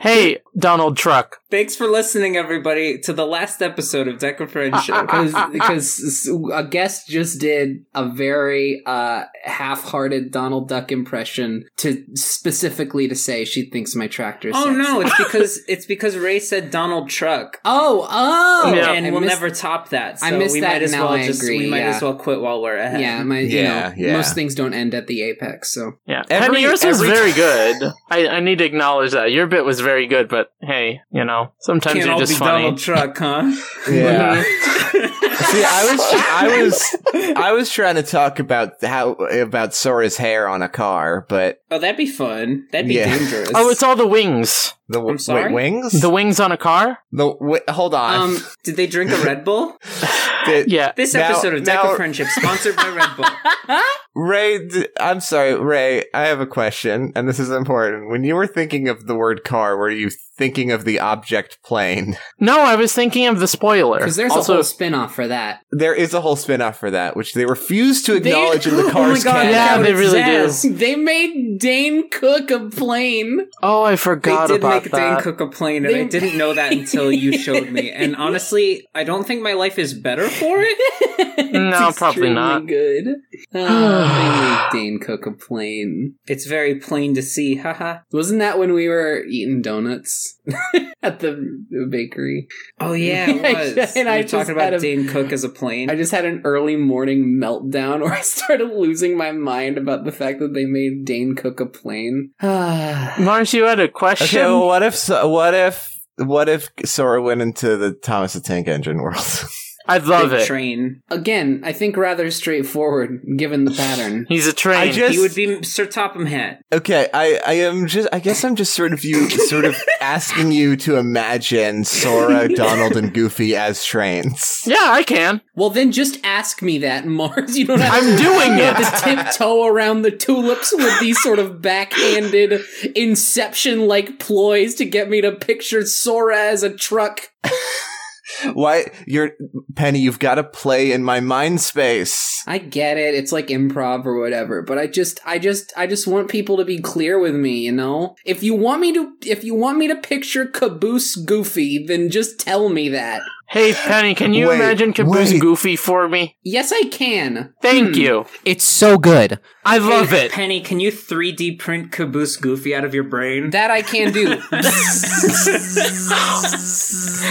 [SPEAKER 2] Hey, Donald Truck.
[SPEAKER 1] Thanks for listening, everybody, to the last episode of Decker
[SPEAKER 4] <laughs>
[SPEAKER 1] Friendship.
[SPEAKER 4] Oh,
[SPEAKER 3] Ah,
[SPEAKER 4] Because a guest just did a very uh, half-hearted Donald Duck impression to specifically to say she thinks my tractor.
[SPEAKER 1] oh
[SPEAKER 4] sexy.
[SPEAKER 1] no, it's because it's because Ray said Donald Truck.
[SPEAKER 4] Oh oh!
[SPEAKER 2] Yeah.
[SPEAKER 1] And
[SPEAKER 4] I
[SPEAKER 1] we'll
[SPEAKER 4] missed-
[SPEAKER 1] never top that. So
[SPEAKER 4] I missed
[SPEAKER 1] we
[SPEAKER 4] that,
[SPEAKER 1] might as
[SPEAKER 4] now
[SPEAKER 1] well
[SPEAKER 4] I
[SPEAKER 1] just we
[SPEAKER 4] agree,
[SPEAKER 1] might
[SPEAKER 4] yeah.
[SPEAKER 1] as well quit while we're ahead.
[SPEAKER 4] Yeah, my
[SPEAKER 3] Yeah,
[SPEAKER 4] you know
[SPEAKER 3] yeah.
[SPEAKER 4] most things don't end at the apex. So
[SPEAKER 2] Yeah.
[SPEAKER 3] Every-
[SPEAKER 2] I mean, yours was
[SPEAKER 3] every-
[SPEAKER 2] very
[SPEAKER 3] <laughs>
[SPEAKER 2] good. I, I need to acknowledge that. your bit was very good, but hey, you know, sometimes
[SPEAKER 1] Can't
[SPEAKER 2] you're
[SPEAKER 1] all be
[SPEAKER 2] just funny.
[SPEAKER 1] Donald Truck, huh?
[SPEAKER 3] Yeah. See, I was I was
[SPEAKER 2] <laughs>
[SPEAKER 1] was.
[SPEAKER 3] I was trying to talk about how about Sora's hair on a car, but
[SPEAKER 1] <laughs> Oh, that'd be fun. That'd be
[SPEAKER 3] Yeah.
[SPEAKER 1] dangerous.
[SPEAKER 2] Oh, it's all the wings.
[SPEAKER 3] the
[SPEAKER 1] I'm sorry?
[SPEAKER 3] wait, wings.
[SPEAKER 2] The wings on a car?
[SPEAKER 3] the wi- hold on.
[SPEAKER 1] Um, did they drink a Red Bull?
[SPEAKER 3] The-
[SPEAKER 2] Yeah.
[SPEAKER 1] This
[SPEAKER 3] Now-
[SPEAKER 1] episode of Deck
[SPEAKER 3] now-
[SPEAKER 1] of Friendship, sponsored by Red
[SPEAKER 4] <laughs>
[SPEAKER 1] Bull.
[SPEAKER 3] Ray, d- I'm sorry, Ray. I have a question, and this is important. When you were thinking of the word car, were you thinking of the object plane?
[SPEAKER 2] No, I was thinking of the spoiler.
[SPEAKER 4] Because there's
[SPEAKER 2] also,
[SPEAKER 4] a whole spin off for that.
[SPEAKER 3] There is a whole spin off for that, which they refuse to acknowledge in the
[SPEAKER 1] <laughs> oh my
[SPEAKER 3] car's
[SPEAKER 1] god,
[SPEAKER 3] canon.
[SPEAKER 2] Yeah,
[SPEAKER 1] that
[SPEAKER 2] they
[SPEAKER 1] would
[SPEAKER 2] really do.
[SPEAKER 1] exist.
[SPEAKER 4] They made Dane Cook a plane.
[SPEAKER 2] oh, I
[SPEAKER 1] They
[SPEAKER 2] forgot
[SPEAKER 1] did
[SPEAKER 2] about
[SPEAKER 1] make Dane
[SPEAKER 2] that.
[SPEAKER 1] cook a plane, and I
[SPEAKER 4] They-
[SPEAKER 1] didn't know that until
[SPEAKER 4] <laughs>
[SPEAKER 1] you showed me. And honestly, I don't think my life is better for
[SPEAKER 4] <laughs>
[SPEAKER 1] it.
[SPEAKER 2] No, probably
[SPEAKER 4] extremely
[SPEAKER 2] not.
[SPEAKER 4] Good.
[SPEAKER 1] <sighs>
[SPEAKER 2] Oh,
[SPEAKER 4] they made Dane Cook a plane.
[SPEAKER 1] It's very plain to see. Haha.
[SPEAKER 4] Wasn't that when we were eating donuts <laughs> at the, the bakery?
[SPEAKER 1] Oh
[SPEAKER 4] <laughs>
[SPEAKER 1] yeah, it
[SPEAKER 4] Yeah,
[SPEAKER 1] was.
[SPEAKER 4] and
[SPEAKER 1] we
[SPEAKER 4] I
[SPEAKER 1] were
[SPEAKER 4] just
[SPEAKER 1] talking about
[SPEAKER 4] had a-
[SPEAKER 1] Dane Cook as a plane.
[SPEAKER 4] I just had an early morning meltdown <laughs> where I started losing my mind about the fact that they made Dane Cook
[SPEAKER 1] <sighs>
[SPEAKER 4] a plane.
[SPEAKER 2] Mars, you had a question?
[SPEAKER 3] Okay, well, what if so- what if what if Sora went into the Thomas the Tank Engine world? <laughs>
[SPEAKER 2] I love
[SPEAKER 1] Big
[SPEAKER 2] it.
[SPEAKER 1] Train.
[SPEAKER 4] Again, I think rather straightforward given
[SPEAKER 1] <sighs>
[SPEAKER 4] the pattern.
[SPEAKER 2] He's a train.
[SPEAKER 3] I just
[SPEAKER 1] He would be Sir Topham Hat.
[SPEAKER 3] okay. I I am just I guess I'm just sort of you
[SPEAKER 2] <laughs>
[SPEAKER 3] sort of asking you to imagine Sora, Donald, and Goofy as trains.
[SPEAKER 2] yeah, I can.
[SPEAKER 4] Well, then just ask
[SPEAKER 1] <laughs>
[SPEAKER 4] me that, Mars. You don't
[SPEAKER 2] <laughs>
[SPEAKER 4] have
[SPEAKER 2] I'm doing
[SPEAKER 4] you don't
[SPEAKER 2] it.
[SPEAKER 4] <laughs> have to tiptoe around the tulips with these sort of backhanded inception like ploys to get me to picture Sora as a truck.
[SPEAKER 2] <laughs>
[SPEAKER 3] Why you're Penny? You've got to play in my mind space.
[SPEAKER 4] I get it. It's like improv or whatever, but I just I just I just want people to be clear with me, you know? If you want me to if you want me to picture Caboose Goofy, then just tell me that.
[SPEAKER 2] Hey, Penny, can you
[SPEAKER 3] Wait,
[SPEAKER 2] imagine Caboose
[SPEAKER 3] wait.
[SPEAKER 2] Goofy for me?
[SPEAKER 4] Yes, I can.
[SPEAKER 2] Thank
[SPEAKER 1] Hmm.
[SPEAKER 2] you.
[SPEAKER 4] It's so good.
[SPEAKER 2] I love it.
[SPEAKER 1] Penny, can you 3D print Caboose Goofy out of your brain?
[SPEAKER 4] That I can do.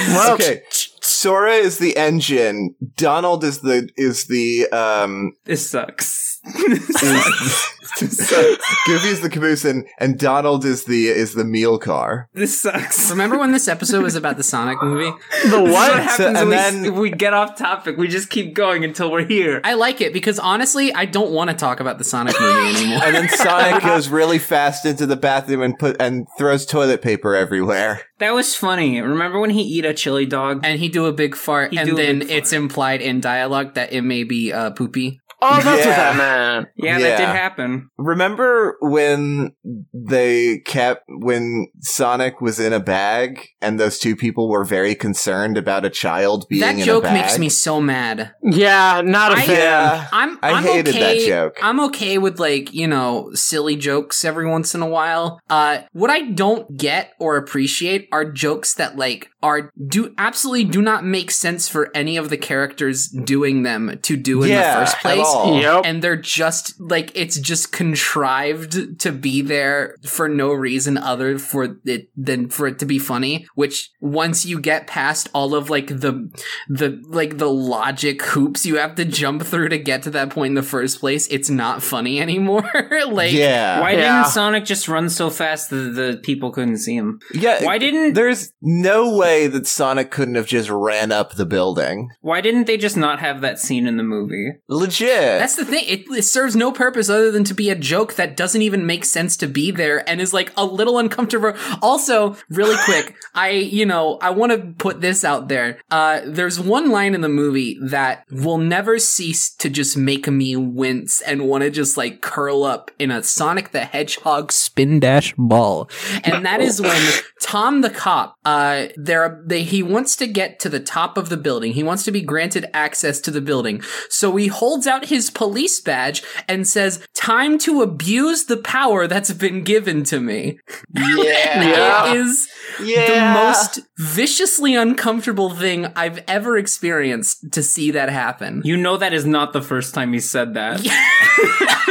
[SPEAKER 2] Well,
[SPEAKER 3] Okay, Sora is the engine. Donald is the is the um
[SPEAKER 1] <laughs> this sucks. <laughs>
[SPEAKER 3] So, <laughs> Goofy is the caboose, and, and Donald is the is the meal car.
[SPEAKER 1] this sucks.
[SPEAKER 4] Remember when this episode was about the Sonic movie?
[SPEAKER 2] the
[SPEAKER 1] What <laughs>
[SPEAKER 2] what?
[SPEAKER 1] happens
[SPEAKER 3] So-
[SPEAKER 1] when
[SPEAKER 3] and
[SPEAKER 1] we,
[SPEAKER 3] then-
[SPEAKER 1] we get off topic? We just keep going until we're here.
[SPEAKER 4] I like it because honestly, I don't want to talk about the Sonic movie anymore.
[SPEAKER 1] <laughs>
[SPEAKER 3] And then <laughs> Sonic goes really fast into the bathroom and put and throws toilet paper everywhere.
[SPEAKER 1] that was funny. Remember when he eat a chili dog?
[SPEAKER 4] and he do a big fart,
[SPEAKER 1] He do
[SPEAKER 4] and
[SPEAKER 1] a
[SPEAKER 4] then
[SPEAKER 1] big
[SPEAKER 4] it's implied in dialogue that it may be uh, poopy.
[SPEAKER 2] Oh, that's what
[SPEAKER 3] Yeah.
[SPEAKER 2] that meant.
[SPEAKER 1] Yeah, that did
[SPEAKER 3] Yeah.
[SPEAKER 1] happen.
[SPEAKER 3] Remember when they kept when Sonic was in a bag and those two people were very concerned about a child being
[SPEAKER 4] That
[SPEAKER 3] in
[SPEAKER 4] joke
[SPEAKER 3] a bag?
[SPEAKER 4] makes me so mad.
[SPEAKER 2] Yeah, not a
[SPEAKER 4] I-
[SPEAKER 2] fan.
[SPEAKER 3] yeah.
[SPEAKER 4] I'm
[SPEAKER 3] I
[SPEAKER 4] I'm
[SPEAKER 3] hated that
[SPEAKER 4] okay.
[SPEAKER 3] joke.
[SPEAKER 4] I'm okay with like you know silly jokes every once in a while. Uh, what I don't get or appreciate are jokes that like are do absolutely do not make sense for any of the characters doing them to do in
[SPEAKER 3] yeah,
[SPEAKER 4] the first place.
[SPEAKER 3] At all.
[SPEAKER 2] Yep.
[SPEAKER 4] and they're just like it's just contrived to be there for no reason other for it than for it to be funny which once you get past all of like the the like the logic hoops you have to jump through to get to that point in the first place it's not funny anymore <laughs> like
[SPEAKER 3] yeah.
[SPEAKER 1] Why
[SPEAKER 2] Yeah.
[SPEAKER 1] didn't Sonic just run so fast that the people couldn't see him?
[SPEAKER 3] yeah.
[SPEAKER 4] Uh,
[SPEAKER 1] Why didn't
[SPEAKER 3] there's no way that Sonic couldn't have just ran up the building.
[SPEAKER 1] Why didn't they just not have that scene in the movie?
[SPEAKER 3] Legit.
[SPEAKER 4] That's the thing. It, it serves no purpose other than to be a joke that doesn't even make sense to be there and is like a little uncomfortable. Also, really quick, I, you know, I want to put this out there. Uh, there's one line in the movie that will never cease to just make me wince and want to just like curl up in a Sonic the Hedgehog spin dash ball. And that is when Tom the cop, uh, there, they, he wants to get to the top of the building. He wants to be granted access to the building. So he holds out his police badge and says, Time to abuse the power that's been given to me. And
[SPEAKER 2] Yeah.
[SPEAKER 4] It is the <laughs> most viciously uncomfortable thing I've ever experienced to see that happen.
[SPEAKER 1] You know that is not the first time he said
[SPEAKER 4] <laughs>
[SPEAKER 1] that.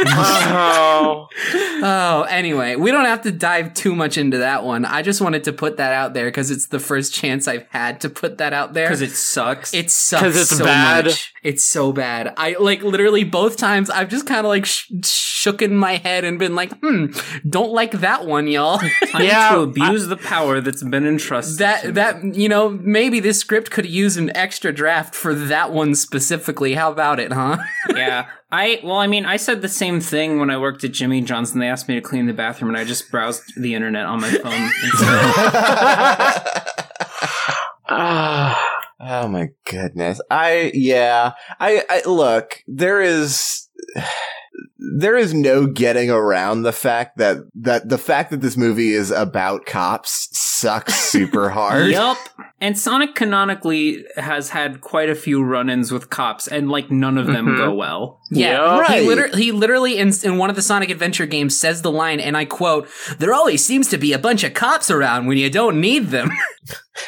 [SPEAKER 2] Oh.
[SPEAKER 4] Oh, anyway, we don't have to dive too much into that one. I just wanted to put that out there because it's the first chance I've had to put that out there.
[SPEAKER 1] Because it sucks.
[SPEAKER 4] It sucks
[SPEAKER 2] it's
[SPEAKER 4] so
[SPEAKER 2] bad.
[SPEAKER 4] much. It's so bad. I like literally both times I've just kind of like sh- sh- shooken my head and been like, hmm, don't like that
[SPEAKER 2] <laughs>
[SPEAKER 4] one, y'all.
[SPEAKER 1] Time
[SPEAKER 2] Yeah,
[SPEAKER 1] to abuse the power that's been entrusted. to me.
[SPEAKER 4] that that you know maybe this script could use an extra draft for that one specifically. How about it, huh?
[SPEAKER 1] yeah. I well, I mean, I said the same thing when I worked at Jimmy John's, and they asked me to clean the bathroom, and I just browsed the internet on my
[SPEAKER 4] <laughs>
[SPEAKER 1] phone. instead.
[SPEAKER 3] <laughs>
[SPEAKER 2] Ah.
[SPEAKER 3] Oh my goodness. I yeah. I, I look, there is <sighs> there is no getting around the fact that that the fact that this movie is about cops sucks super hard.
[SPEAKER 1] Yup. And Sonic canonically has had quite a few run-ins with cops, and like none of them
[SPEAKER 4] Mm-hmm.
[SPEAKER 2] Mhm.
[SPEAKER 1] go well.
[SPEAKER 4] Yeah,
[SPEAKER 3] Yeah,
[SPEAKER 4] He,
[SPEAKER 3] right.
[SPEAKER 4] liter- he literally, in, in one of the Sonic Adventure games, says the line, and I quote, There always seems to be a bunch of cops around when you don't need them. <laughs>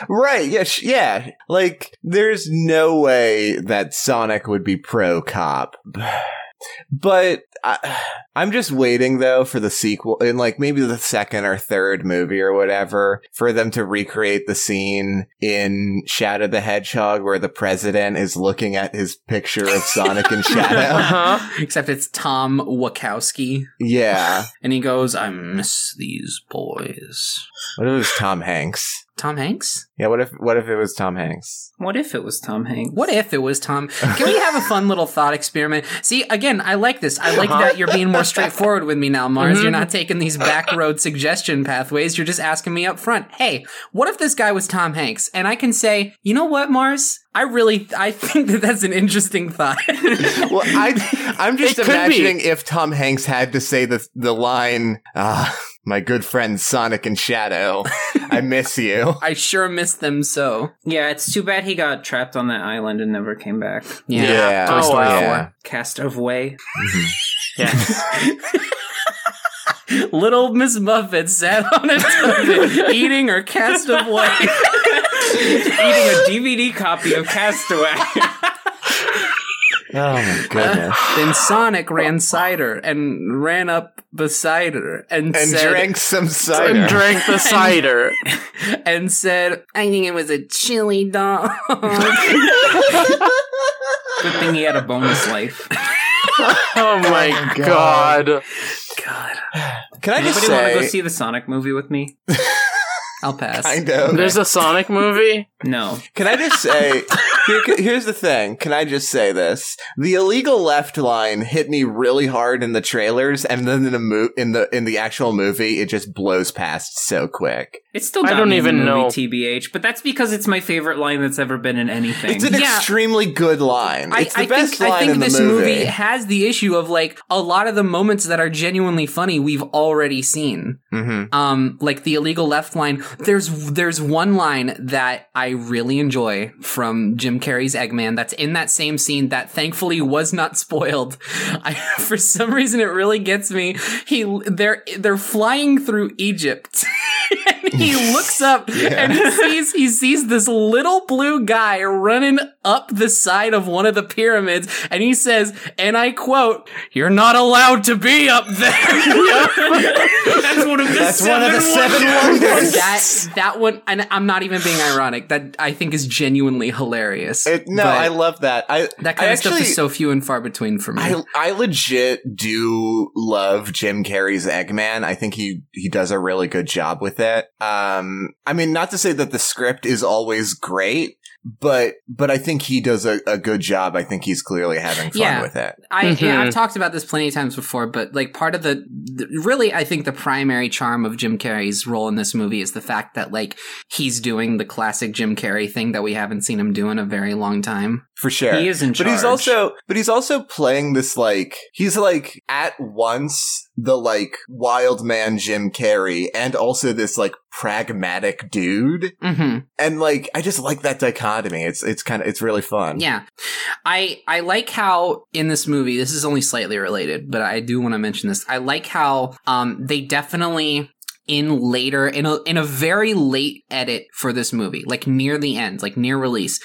[SPEAKER 3] Right. Yeah, sh- yeah. Like there's no way that Sonic would be pro cop. <sighs> But I, <sighs> I'm just waiting though for the sequel in like maybe the second or third movie or whatever for them to recreate the scene in Shadow the Hedgehog where the president is looking at his picture of Sonic and Shadow. <laughs>
[SPEAKER 2] Uh-huh.
[SPEAKER 4] Except it's Tom Wachowski.
[SPEAKER 3] Yeah.
[SPEAKER 4] And he goes, I miss these boys.
[SPEAKER 3] What if it was Tom Hanks?
[SPEAKER 4] Tom Hanks?
[SPEAKER 3] Yeah, what if what if it was Tom Hanks?
[SPEAKER 1] What if it was Tom Hanks?
[SPEAKER 4] What if it was Tom? Can we have a fun little thought experiment? See, again, I like this. I like that you're being more straightforward with me now, Mars.
[SPEAKER 2] Mhm.
[SPEAKER 4] You're not taking these back road suggestion pathways. You're just asking me up front. Hey, what if this guy was Tom Hanks? And I can say, you know what, Mars? I really, I think that that's an interesting thought. <laughs>
[SPEAKER 3] Well, I, I'm just
[SPEAKER 2] It could be.
[SPEAKER 3] imagining if Tom Hanks had to say the the line, ah, "My good friends Sonic and Shadow, I miss you."
[SPEAKER 4] I sure miss them so.
[SPEAKER 1] Yeah, it's too bad he got trapped on that island and never came back.
[SPEAKER 2] Oh, wow.
[SPEAKER 1] Cast of way.
[SPEAKER 4] Little Miss Muffet sat on a <laughs> toilet eating her cast of white.
[SPEAKER 1] Eating a DVD copy of
[SPEAKER 2] <laughs>
[SPEAKER 1] Castaway.
[SPEAKER 3] Oh <laughs> my goodness!
[SPEAKER 4] Then <laughs> Sonic ran cider and ran up beside her and,
[SPEAKER 3] and
[SPEAKER 4] said,
[SPEAKER 3] drank some cider.
[SPEAKER 2] <laughs> And drank the cider.
[SPEAKER 4] and said, I think it was a chili <laughs> dog.
[SPEAKER 1] Good thing he had a bonus life.
[SPEAKER 2] Oh my
[SPEAKER 3] God.
[SPEAKER 2] god.
[SPEAKER 4] God,
[SPEAKER 3] Can I just
[SPEAKER 1] Anybody want to go
[SPEAKER 3] say,
[SPEAKER 1] see the Sonic movie with me?
[SPEAKER 4] I'll pass.
[SPEAKER 3] kind of?
[SPEAKER 2] There's a Sonic movie?
[SPEAKER 1] No.
[SPEAKER 3] Can I just say, here, here's the thing. Can I just say this? The illegal left line hit me really hard in the trailers, and then in the mo- in the in the actual movie, it just blows past so quick.
[SPEAKER 1] It's still
[SPEAKER 2] I
[SPEAKER 1] not
[SPEAKER 2] don't
[SPEAKER 1] in the
[SPEAKER 2] even
[SPEAKER 1] movie,
[SPEAKER 2] know.
[SPEAKER 1] TBH, but that's because it's my favorite line that's ever been in anything.
[SPEAKER 3] It's an
[SPEAKER 4] Yeah.
[SPEAKER 3] extremely good line.
[SPEAKER 4] I,
[SPEAKER 3] It's the
[SPEAKER 4] I
[SPEAKER 3] best
[SPEAKER 4] think,
[SPEAKER 3] line
[SPEAKER 4] I think
[SPEAKER 3] in the
[SPEAKER 4] this
[SPEAKER 3] movie.
[SPEAKER 4] has the issue of like a lot of the moments that are genuinely funny we've already seen.
[SPEAKER 3] Mm-hmm.
[SPEAKER 4] Um, like the illegal left line. There's there's one line that I really enjoy from Jim Carrey's Eggman. That's in that same scene that thankfully was not <laughs> spoiled. I, for some reason, it really gets me. He they're they're flying through Egypt. and <laughs> he
[SPEAKER 3] <laughs>
[SPEAKER 4] looks up and he sees he sees this little blue guy running up the side of one of the pyramids and he says and I quote you're not allowed to be <laughs> up there
[SPEAKER 1] that's one of the
[SPEAKER 3] That's one <laughs> of the seven wonders.
[SPEAKER 4] <laughs> that that one and I'm not even being ironic that I think is genuinely hilarious
[SPEAKER 3] It- no,
[SPEAKER 4] But
[SPEAKER 3] I love that. I
[SPEAKER 4] that kind
[SPEAKER 3] I
[SPEAKER 4] of stuff
[SPEAKER 3] actually-
[SPEAKER 4] is so few and far between for me
[SPEAKER 3] I, I legit do love Jim Carrey's Eggman. I think he, he does a really good job with it. Um, I mean, not to say that the script is always great, but, but I think he does a, a good job. I think he's clearly having fun
[SPEAKER 4] Yeah.
[SPEAKER 3] with it.
[SPEAKER 4] I yeah,
[SPEAKER 2] Mhm.
[SPEAKER 4] I've talked about this plenty of times before, but like part of the, the really I think the primary charm of Jim Carrey's role in this movie is the fact that like he's doing the classic Jim Carrey thing that we haven't seen him do in a very long time.
[SPEAKER 3] For sure.
[SPEAKER 1] He is in charge.
[SPEAKER 3] But he's also, but he's also playing this like he's like at once the like wild man Jim Carrey and also this like pragmatic dude,
[SPEAKER 4] Mm-hmm.
[SPEAKER 3] and like I just like that dichotomy. It's it's kind of it's really fun.
[SPEAKER 4] Yeah, I I like how in this movie this is only slightly related, but I do want to mention this. I like how um they definitely in later in a in a very late edit for this movie, like near the end, like near release.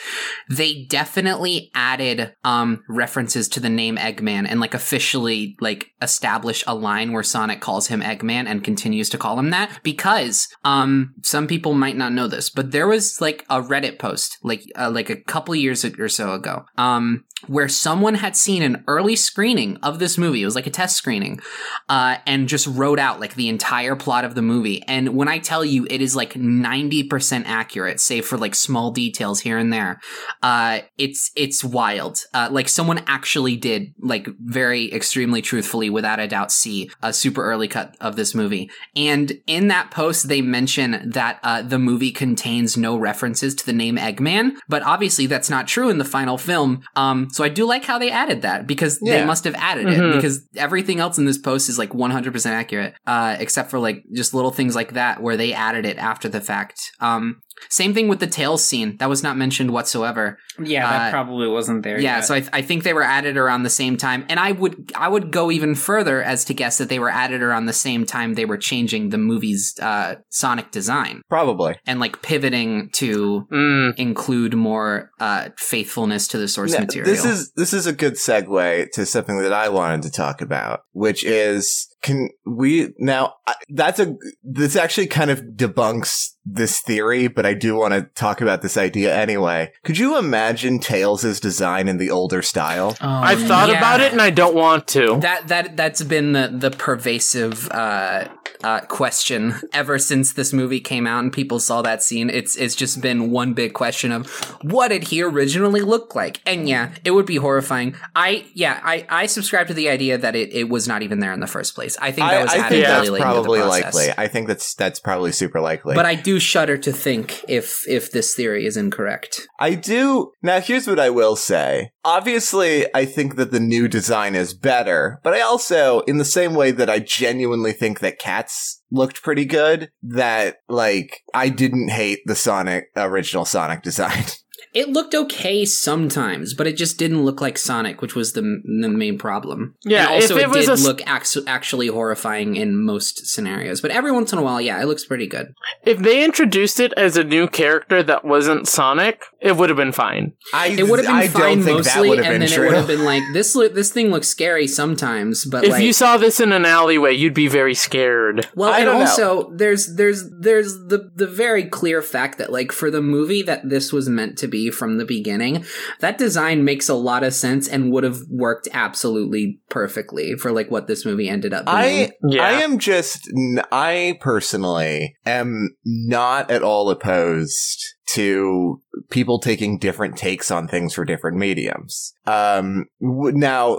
[SPEAKER 4] They definitely added um references to the name Eggman and like officially like establish a line where Sonic calls him Eggman and continues to call him that because um some people might not know this, but there was like a Reddit post like uh, like a couple years or so ago um where someone had seen an early screening of this movie. It was like a test screening, uh, and just wrote out like the entire plot of the movie. And when I tell you, it is like ninety percent accurate, save for like small details here and there. Uh, it's it's wild. Uh, like someone actually did like very extremely truthfully, without a doubt, see a super early cut of this movie. And in that post, they mention that uh, the movie contains no references to the name Eggman, but obviously that's not true in the final film. Um, so I do like how they added that because they
[SPEAKER 3] Yeah.
[SPEAKER 4] must have added it
[SPEAKER 3] Mm-hmm.
[SPEAKER 2] Mhm.
[SPEAKER 4] because everything else in this post is like 100% accurate, uh, except for like just little things like that where they added it after the fact. Um, same thing with the tails scene that was not mentioned whatsoever.
[SPEAKER 1] Yeah, that
[SPEAKER 4] Uh,
[SPEAKER 1] probably wasn't there.
[SPEAKER 4] yeah,
[SPEAKER 1] yet.
[SPEAKER 4] so I, I think they were added around the same time, and I would I would go even further as to guess that they were added around the same time they were changing the movie's uh, sonic design
[SPEAKER 3] Probably.
[SPEAKER 4] and like pivoting to
[SPEAKER 2] Mm.
[SPEAKER 4] include more uh, faithfulness to the source
[SPEAKER 3] No,
[SPEAKER 4] material.
[SPEAKER 3] This is this is a good segue to something that I wanted to talk about, which is can we now? I- That's a this actually kind of debunks this theory, but I do want to talk about this idea anyway. Could you imagine Tails' design in the older style?
[SPEAKER 2] I've thought
[SPEAKER 4] Oh, yeah.
[SPEAKER 2] about it and I don't want to.
[SPEAKER 4] that that that's been the the pervasive uh, uh, question ever since this movie came out and people saw that scene. It's it's just been one big question of what did he originally look like? And yeah, it would be horrifying. I yeah, I I subscribe to the idea that it, it was not even there in the first place. I think that was added
[SPEAKER 2] think
[SPEAKER 4] really
[SPEAKER 3] that's
[SPEAKER 4] late into the
[SPEAKER 3] probably
[SPEAKER 4] process.
[SPEAKER 3] likely. I think that's that's probably super likely.
[SPEAKER 4] But I do shudder to think if if this theory is incorrect.
[SPEAKER 3] I do. Now, here's what I will say. Obviously, I think that the new design is better, but I also, in the same way that I genuinely think that cats looked pretty good, that, like, I didn't hate the Sonic, original Sonic design. <laughs>
[SPEAKER 4] It looked okay sometimes, but it just didn't look like Sonic, which was the the main problem.
[SPEAKER 2] Yeah,
[SPEAKER 4] and also
[SPEAKER 2] if it
[SPEAKER 4] it,
[SPEAKER 2] was
[SPEAKER 4] did
[SPEAKER 2] a s-
[SPEAKER 4] look actu- actually horrifying in most scenarios, but every once in a while, yeah, it looks pretty good.
[SPEAKER 2] If they introduced it as a new character that wasn't Sonic, it would have been fine.
[SPEAKER 3] I,
[SPEAKER 4] It would have been
[SPEAKER 3] I
[SPEAKER 4] fine
[SPEAKER 3] don't think that
[SPEAKER 4] mostly,
[SPEAKER 3] would
[SPEAKER 4] and
[SPEAKER 3] have been
[SPEAKER 4] then
[SPEAKER 3] true.
[SPEAKER 4] it would have been like this. Lo- this thing looks scary sometimes, but
[SPEAKER 2] if
[SPEAKER 4] like.
[SPEAKER 2] you saw this in an alleyway, you'd be very scared.
[SPEAKER 4] well,
[SPEAKER 3] I
[SPEAKER 4] and
[SPEAKER 3] don't know.
[SPEAKER 4] also there's there's there's the the very clear fact that like for the movie that this was meant to be from the beginning, that design makes a lot of sense and would have worked absolutely perfectly for like what this movie ended up being.
[SPEAKER 3] I,
[SPEAKER 2] Yeah.
[SPEAKER 3] I uh, am just, n- I personally am not at all opposed to people taking different takes on things for different mediums. Um, w- now,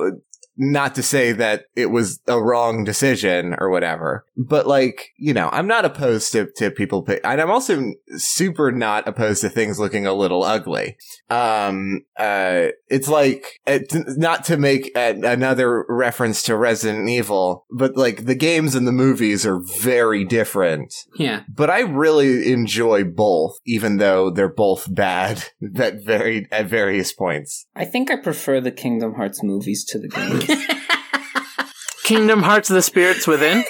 [SPEAKER 3] not to say that it was a wrong decision or whatever, but like, you know, I'm not opposed to, to people, pick, and I'm also super not opposed to things looking a little ugly. Um, uh, it's like, it, not to make a, another reference to Resident Evil, but like the games and the movies are very different
[SPEAKER 4] yeah.
[SPEAKER 3] but I really enjoy both, even though they're both bad <laughs> at very at various points.
[SPEAKER 1] I think I prefer the Kingdom Hearts movies to the games.
[SPEAKER 2] <laughs> Kingdom Hearts of the Spirits Within,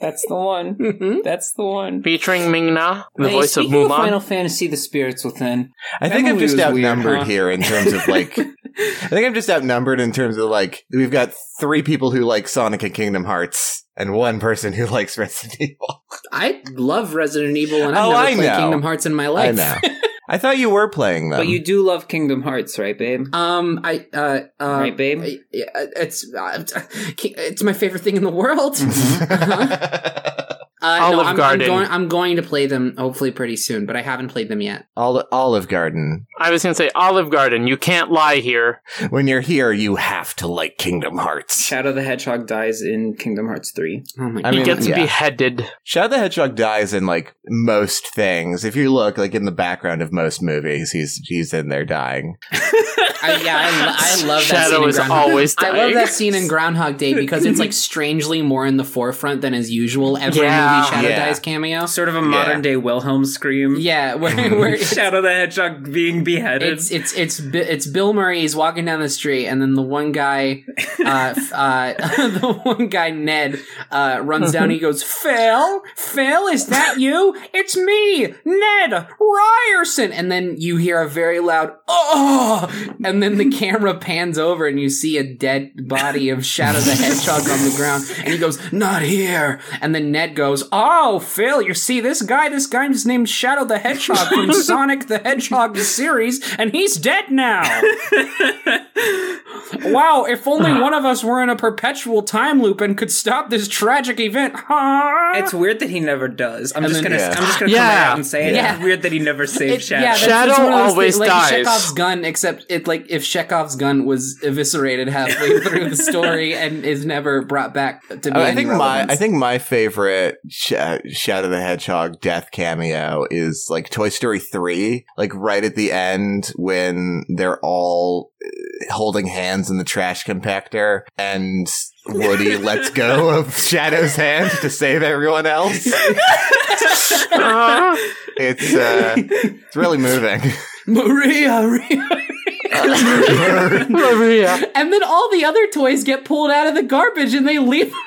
[SPEAKER 1] That's the one.
[SPEAKER 3] Mm-hmm.
[SPEAKER 4] Mhm.
[SPEAKER 1] That's the one.
[SPEAKER 2] featuring Ming Na, the
[SPEAKER 1] Hey,
[SPEAKER 2] voice of
[SPEAKER 1] speaking
[SPEAKER 2] Mulan.
[SPEAKER 1] Final Fantasy: The Spirits Within.
[SPEAKER 3] I
[SPEAKER 1] That
[SPEAKER 3] think I'm
[SPEAKER 1] movie
[SPEAKER 3] just
[SPEAKER 1] was weird,
[SPEAKER 3] outnumbered
[SPEAKER 1] huh?
[SPEAKER 3] here in terms
[SPEAKER 1] <laughs>
[SPEAKER 3] of like. I think I'm just outnumbered in terms of like we've got three people who like Sonic and Kingdom Hearts and one person who likes Resident Evil.
[SPEAKER 4] I love Resident Evil, and
[SPEAKER 3] Oh,
[SPEAKER 4] I've never
[SPEAKER 3] I
[SPEAKER 4] played
[SPEAKER 3] know.
[SPEAKER 4] Kingdom Hearts in my life.
[SPEAKER 3] I know. I thought you were playing them.
[SPEAKER 1] But you do love Kingdom Hearts, right, babe?
[SPEAKER 4] Um, I uh, uh
[SPEAKER 1] Right, babe?
[SPEAKER 4] I- yeah, it's uh, <laughs> it's my favorite thing in the world.
[SPEAKER 3] Mm-hmm.
[SPEAKER 4] uh-huh. <laughs> uh,
[SPEAKER 2] Olive
[SPEAKER 4] I'm,
[SPEAKER 2] Garden.
[SPEAKER 4] I'm going, I'm going to play them hopefully pretty soon, but I haven't played them yet.
[SPEAKER 3] <laughs> Ol- Olive Garden.
[SPEAKER 2] I was going to say Olive Garden. You can't lie here.
[SPEAKER 3] When you're here, you have to like Kingdom Hearts.
[SPEAKER 1] Shadow the Hedgehog dies in Kingdom Hearts Three.
[SPEAKER 4] Oh my
[SPEAKER 3] I
[SPEAKER 4] god!
[SPEAKER 2] He
[SPEAKER 3] mean,
[SPEAKER 2] gets
[SPEAKER 3] yeah.
[SPEAKER 2] beheaded.
[SPEAKER 3] Shadow the Hedgehog dies in like most things. If you look like in the background of most movies, he's he's in there dying.
[SPEAKER 4] I, yeah, I,
[SPEAKER 2] <laughs>
[SPEAKER 4] lo- I love that
[SPEAKER 2] Shadow
[SPEAKER 4] scene in
[SPEAKER 2] is
[SPEAKER 4] Groundhog-
[SPEAKER 2] always
[SPEAKER 4] I love
[SPEAKER 2] dying.
[SPEAKER 4] <laughs> that scene in Groundhog Day because it's like strangely more in the forefront than is usual. Every
[SPEAKER 2] Yeah.
[SPEAKER 4] movie Shadow
[SPEAKER 3] Yeah.
[SPEAKER 4] Dies cameo.
[SPEAKER 1] Sort of a modern day Wilhelm scream. <laughs>
[SPEAKER 4] Yeah, where, <laughs> where it's,
[SPEAKER 1] Shadow the Hedgehog being beheaded.
[SPEAKER 4] it's it's it's Bi- it's Bill Murray. He's walking down the street, and then the one <laughs> guy, uh, f- uh, <laughs> the one guy Ned, uh, runs down. and He
[SPEAKER 2] Mm-hmm.
[SPEAKER 4] goes, "Phil, Phil, is that you? It's me, Ned Ryerson." And then you hear a very loud "Oh!" <laughs> And then the camera pans over, and you see a dead body of Shadow the Hedgehog on the ground. And he goes, "Not here." And then Ned goes, "Oh, Phil, you see this guy? This guy's named Shadow the Hedgehog from Sonic the Hedgehog series, and he's dead now." Wow, if only one of us were in a perpetual time loop and could stop this tragic event. Huh?
[SPEAKER 1] It's weird that he never does. I'm
[SPEAKER 4] And
[SPEAKER 1] just
[SPEAKER 4] then-
[SPEAKER 1] gonna
[SPEAKER 3] Yeah.
[SPEAKER 1] I'm just gonna come
[SPEAKER 2] Yeah.
[SPEAKER 1] right out and say it.
[SPEAKER 4] Yeah.
[SPEAKER 1] It's weird that he never saved
[SPEAKER 4] It-
[SPEAKER 1] Shadow.
[SPEAKER 4] yeah, that's-
[SPEAKER 2] Shadow
[SPEAKER 4] it's one of those
[SPEAKER 2] always
[SPEAKER 4] things,
[SPEAKER 2] dies.
[SPEAKER 4] Like Chekhov's gun, except it like if Chekhov's gun was
[SPEAKER 3] <laughs>
[SPEAKER 4] eviscerated halfway through the story and is never brought back to be.
[SPEAKER 3] Oh, I
[SPEAKER 4] any
[SPEAKER 3] think my
[SPEAKER 4] relevance.
[SPEAKER 3] I think my favorite Sh- uh, Shadow the Hedgehog death cameo is like Toy Story three, like right at the end when they're all uh, holding hands in the trash compactor, and Woody lets go of Shadow's hand to save everyone else.
[SPEAKER 2] Uh,
[SPEAKER 3] It's uh, it's really moving.
[SPEAKER 4] <laughs> Maria, Maria.
[SPEAKER 2] <laughs> Maria.
[SPEAKER 4] and then all the other toys get pulled out of the garbage and they leave. <laughs>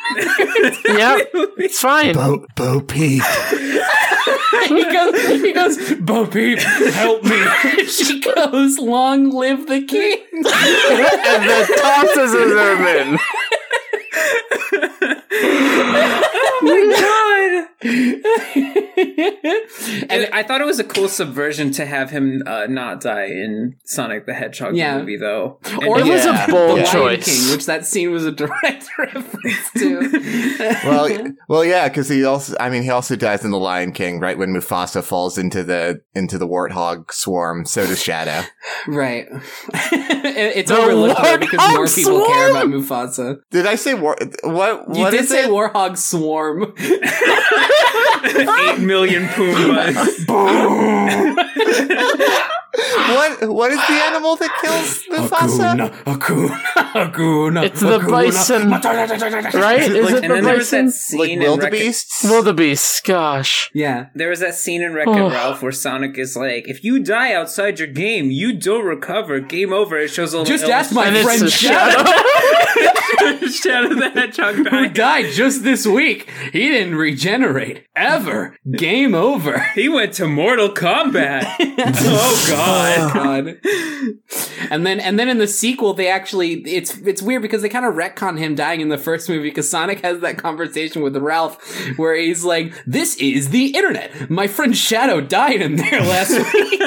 [SPEAKER 2] Yep. It's fine.
[SPEAKER 3] <laughs> Bo Bo Peep.
[SPEAKER 4] he goes, he goes, Bo Peep, help me. <laughs> she goes, long live the king. <laughs>
[SPEAKER 2] and then tosses his arm in.
[SPEAKER 1] Oh <laughs> and I thought it was a cool subversion to have him uh, not die in Sonic the Hedgehog
[SPEAKER 4] Yeah.
[SPEAKER 1] movie, though.
[SPEAKER 4] Or
[SPEAKER 2] It
[SPEAKER 4] Yeah.
[SPEAKER 2] was a bold
[SPEAKER 3] Yeah.
[SPEAKER 4] Lion
[SPEAKER 2] choice.
[SPEAKER 4] King, which that scene was a direct <laughs> reference to.
[SPEAKER 3] well, well, yeah, because he also, I mean, he also dies in The Lion King, right when Mufasa falls into the into the warthog swarm. So does
[SPEAKER 4] <laughs>
[SPEAKER 3] Shadow.
[SPEAKER 4] right. It- it's
[SPEAKER 2] The
[SPEAKER 4] overlooked though, because more
[SPEAKER 2] Warthog
[SPEAKER 4] people care about
[SPEAKER 2] Swarm!
[SPEAKER 4] Mufasa.
[SPEAKER 3] Did I say war? What?
[SPEAKER 4] You
[SPEAKER 3] what
[SPEAKER 4] did
[SPEAKER 3] is
[SPEAKER 4] say
[SPEAKER 3] it?
[SPEAKER 4] Warhog Swarm.
[SPEAKER 1] <laughs> Eight million <laughs> Pumbas.
[SPEAKER 3] What? What is the animal that
[SPEAKER 4] <laughs>
[SPEAKER 3] kills Mufasa?
[SPEAKER 4] Hakuna, Hakuna,
[SPEAKER 2] It's the bison. Right? Is
[SPEAKER 3] Like-
[SPEAKER 2] it
[SPEAKER 1] and
[SPEAKER 2] the
[SPEAKER 1] then there was that
[SPEAKER 2] bison?
[SPEAKER 3] Like
[SPEAKER 1] scene in Wreck-
[SPEAKER 3] wildebeests?
[SPEAKER 2] Wildebeest. Gosh.
[SPEAKER 4] Yeah.
[SPEAKER 1] there was that scene in Wreck
[SPEAKER 2] Oh.
[SPEAKER 1] and Ralph where Sonic is like, "If you die outside your game, you don't recover. Game over." It shows a little
[SPEAKER 4] Just ask my
[SPEAKER 2] And it's
[SPEAKER 4] friend
[SPEAKER 2] a
[SPEAKER 4] Shadow, <laughs>
[SPEAKER 1] <laughs>
[SPEAKER 2] shadow. <laughs>
[SPEAKER 1] Shadow the Hedgehog
[SPEAKER 4] who
[SPEAKER 1] died.
[SPEAKER 4] died just this week. He didn't regenerate. Ever. Game over.
[SPEAKER 1] He went to Mortal Kombat.
[SPEAKER 4] <laughs>
[SPEAKER 1] oh God.
[SPEAKER 4] God. and then and then in the sequel they actually it's it's weird because they kind of retcon him dying in the first movie because Sonic has that conversation with Ralph where he's like, This is the internet. My friend Shadow died in there <laughs> last week.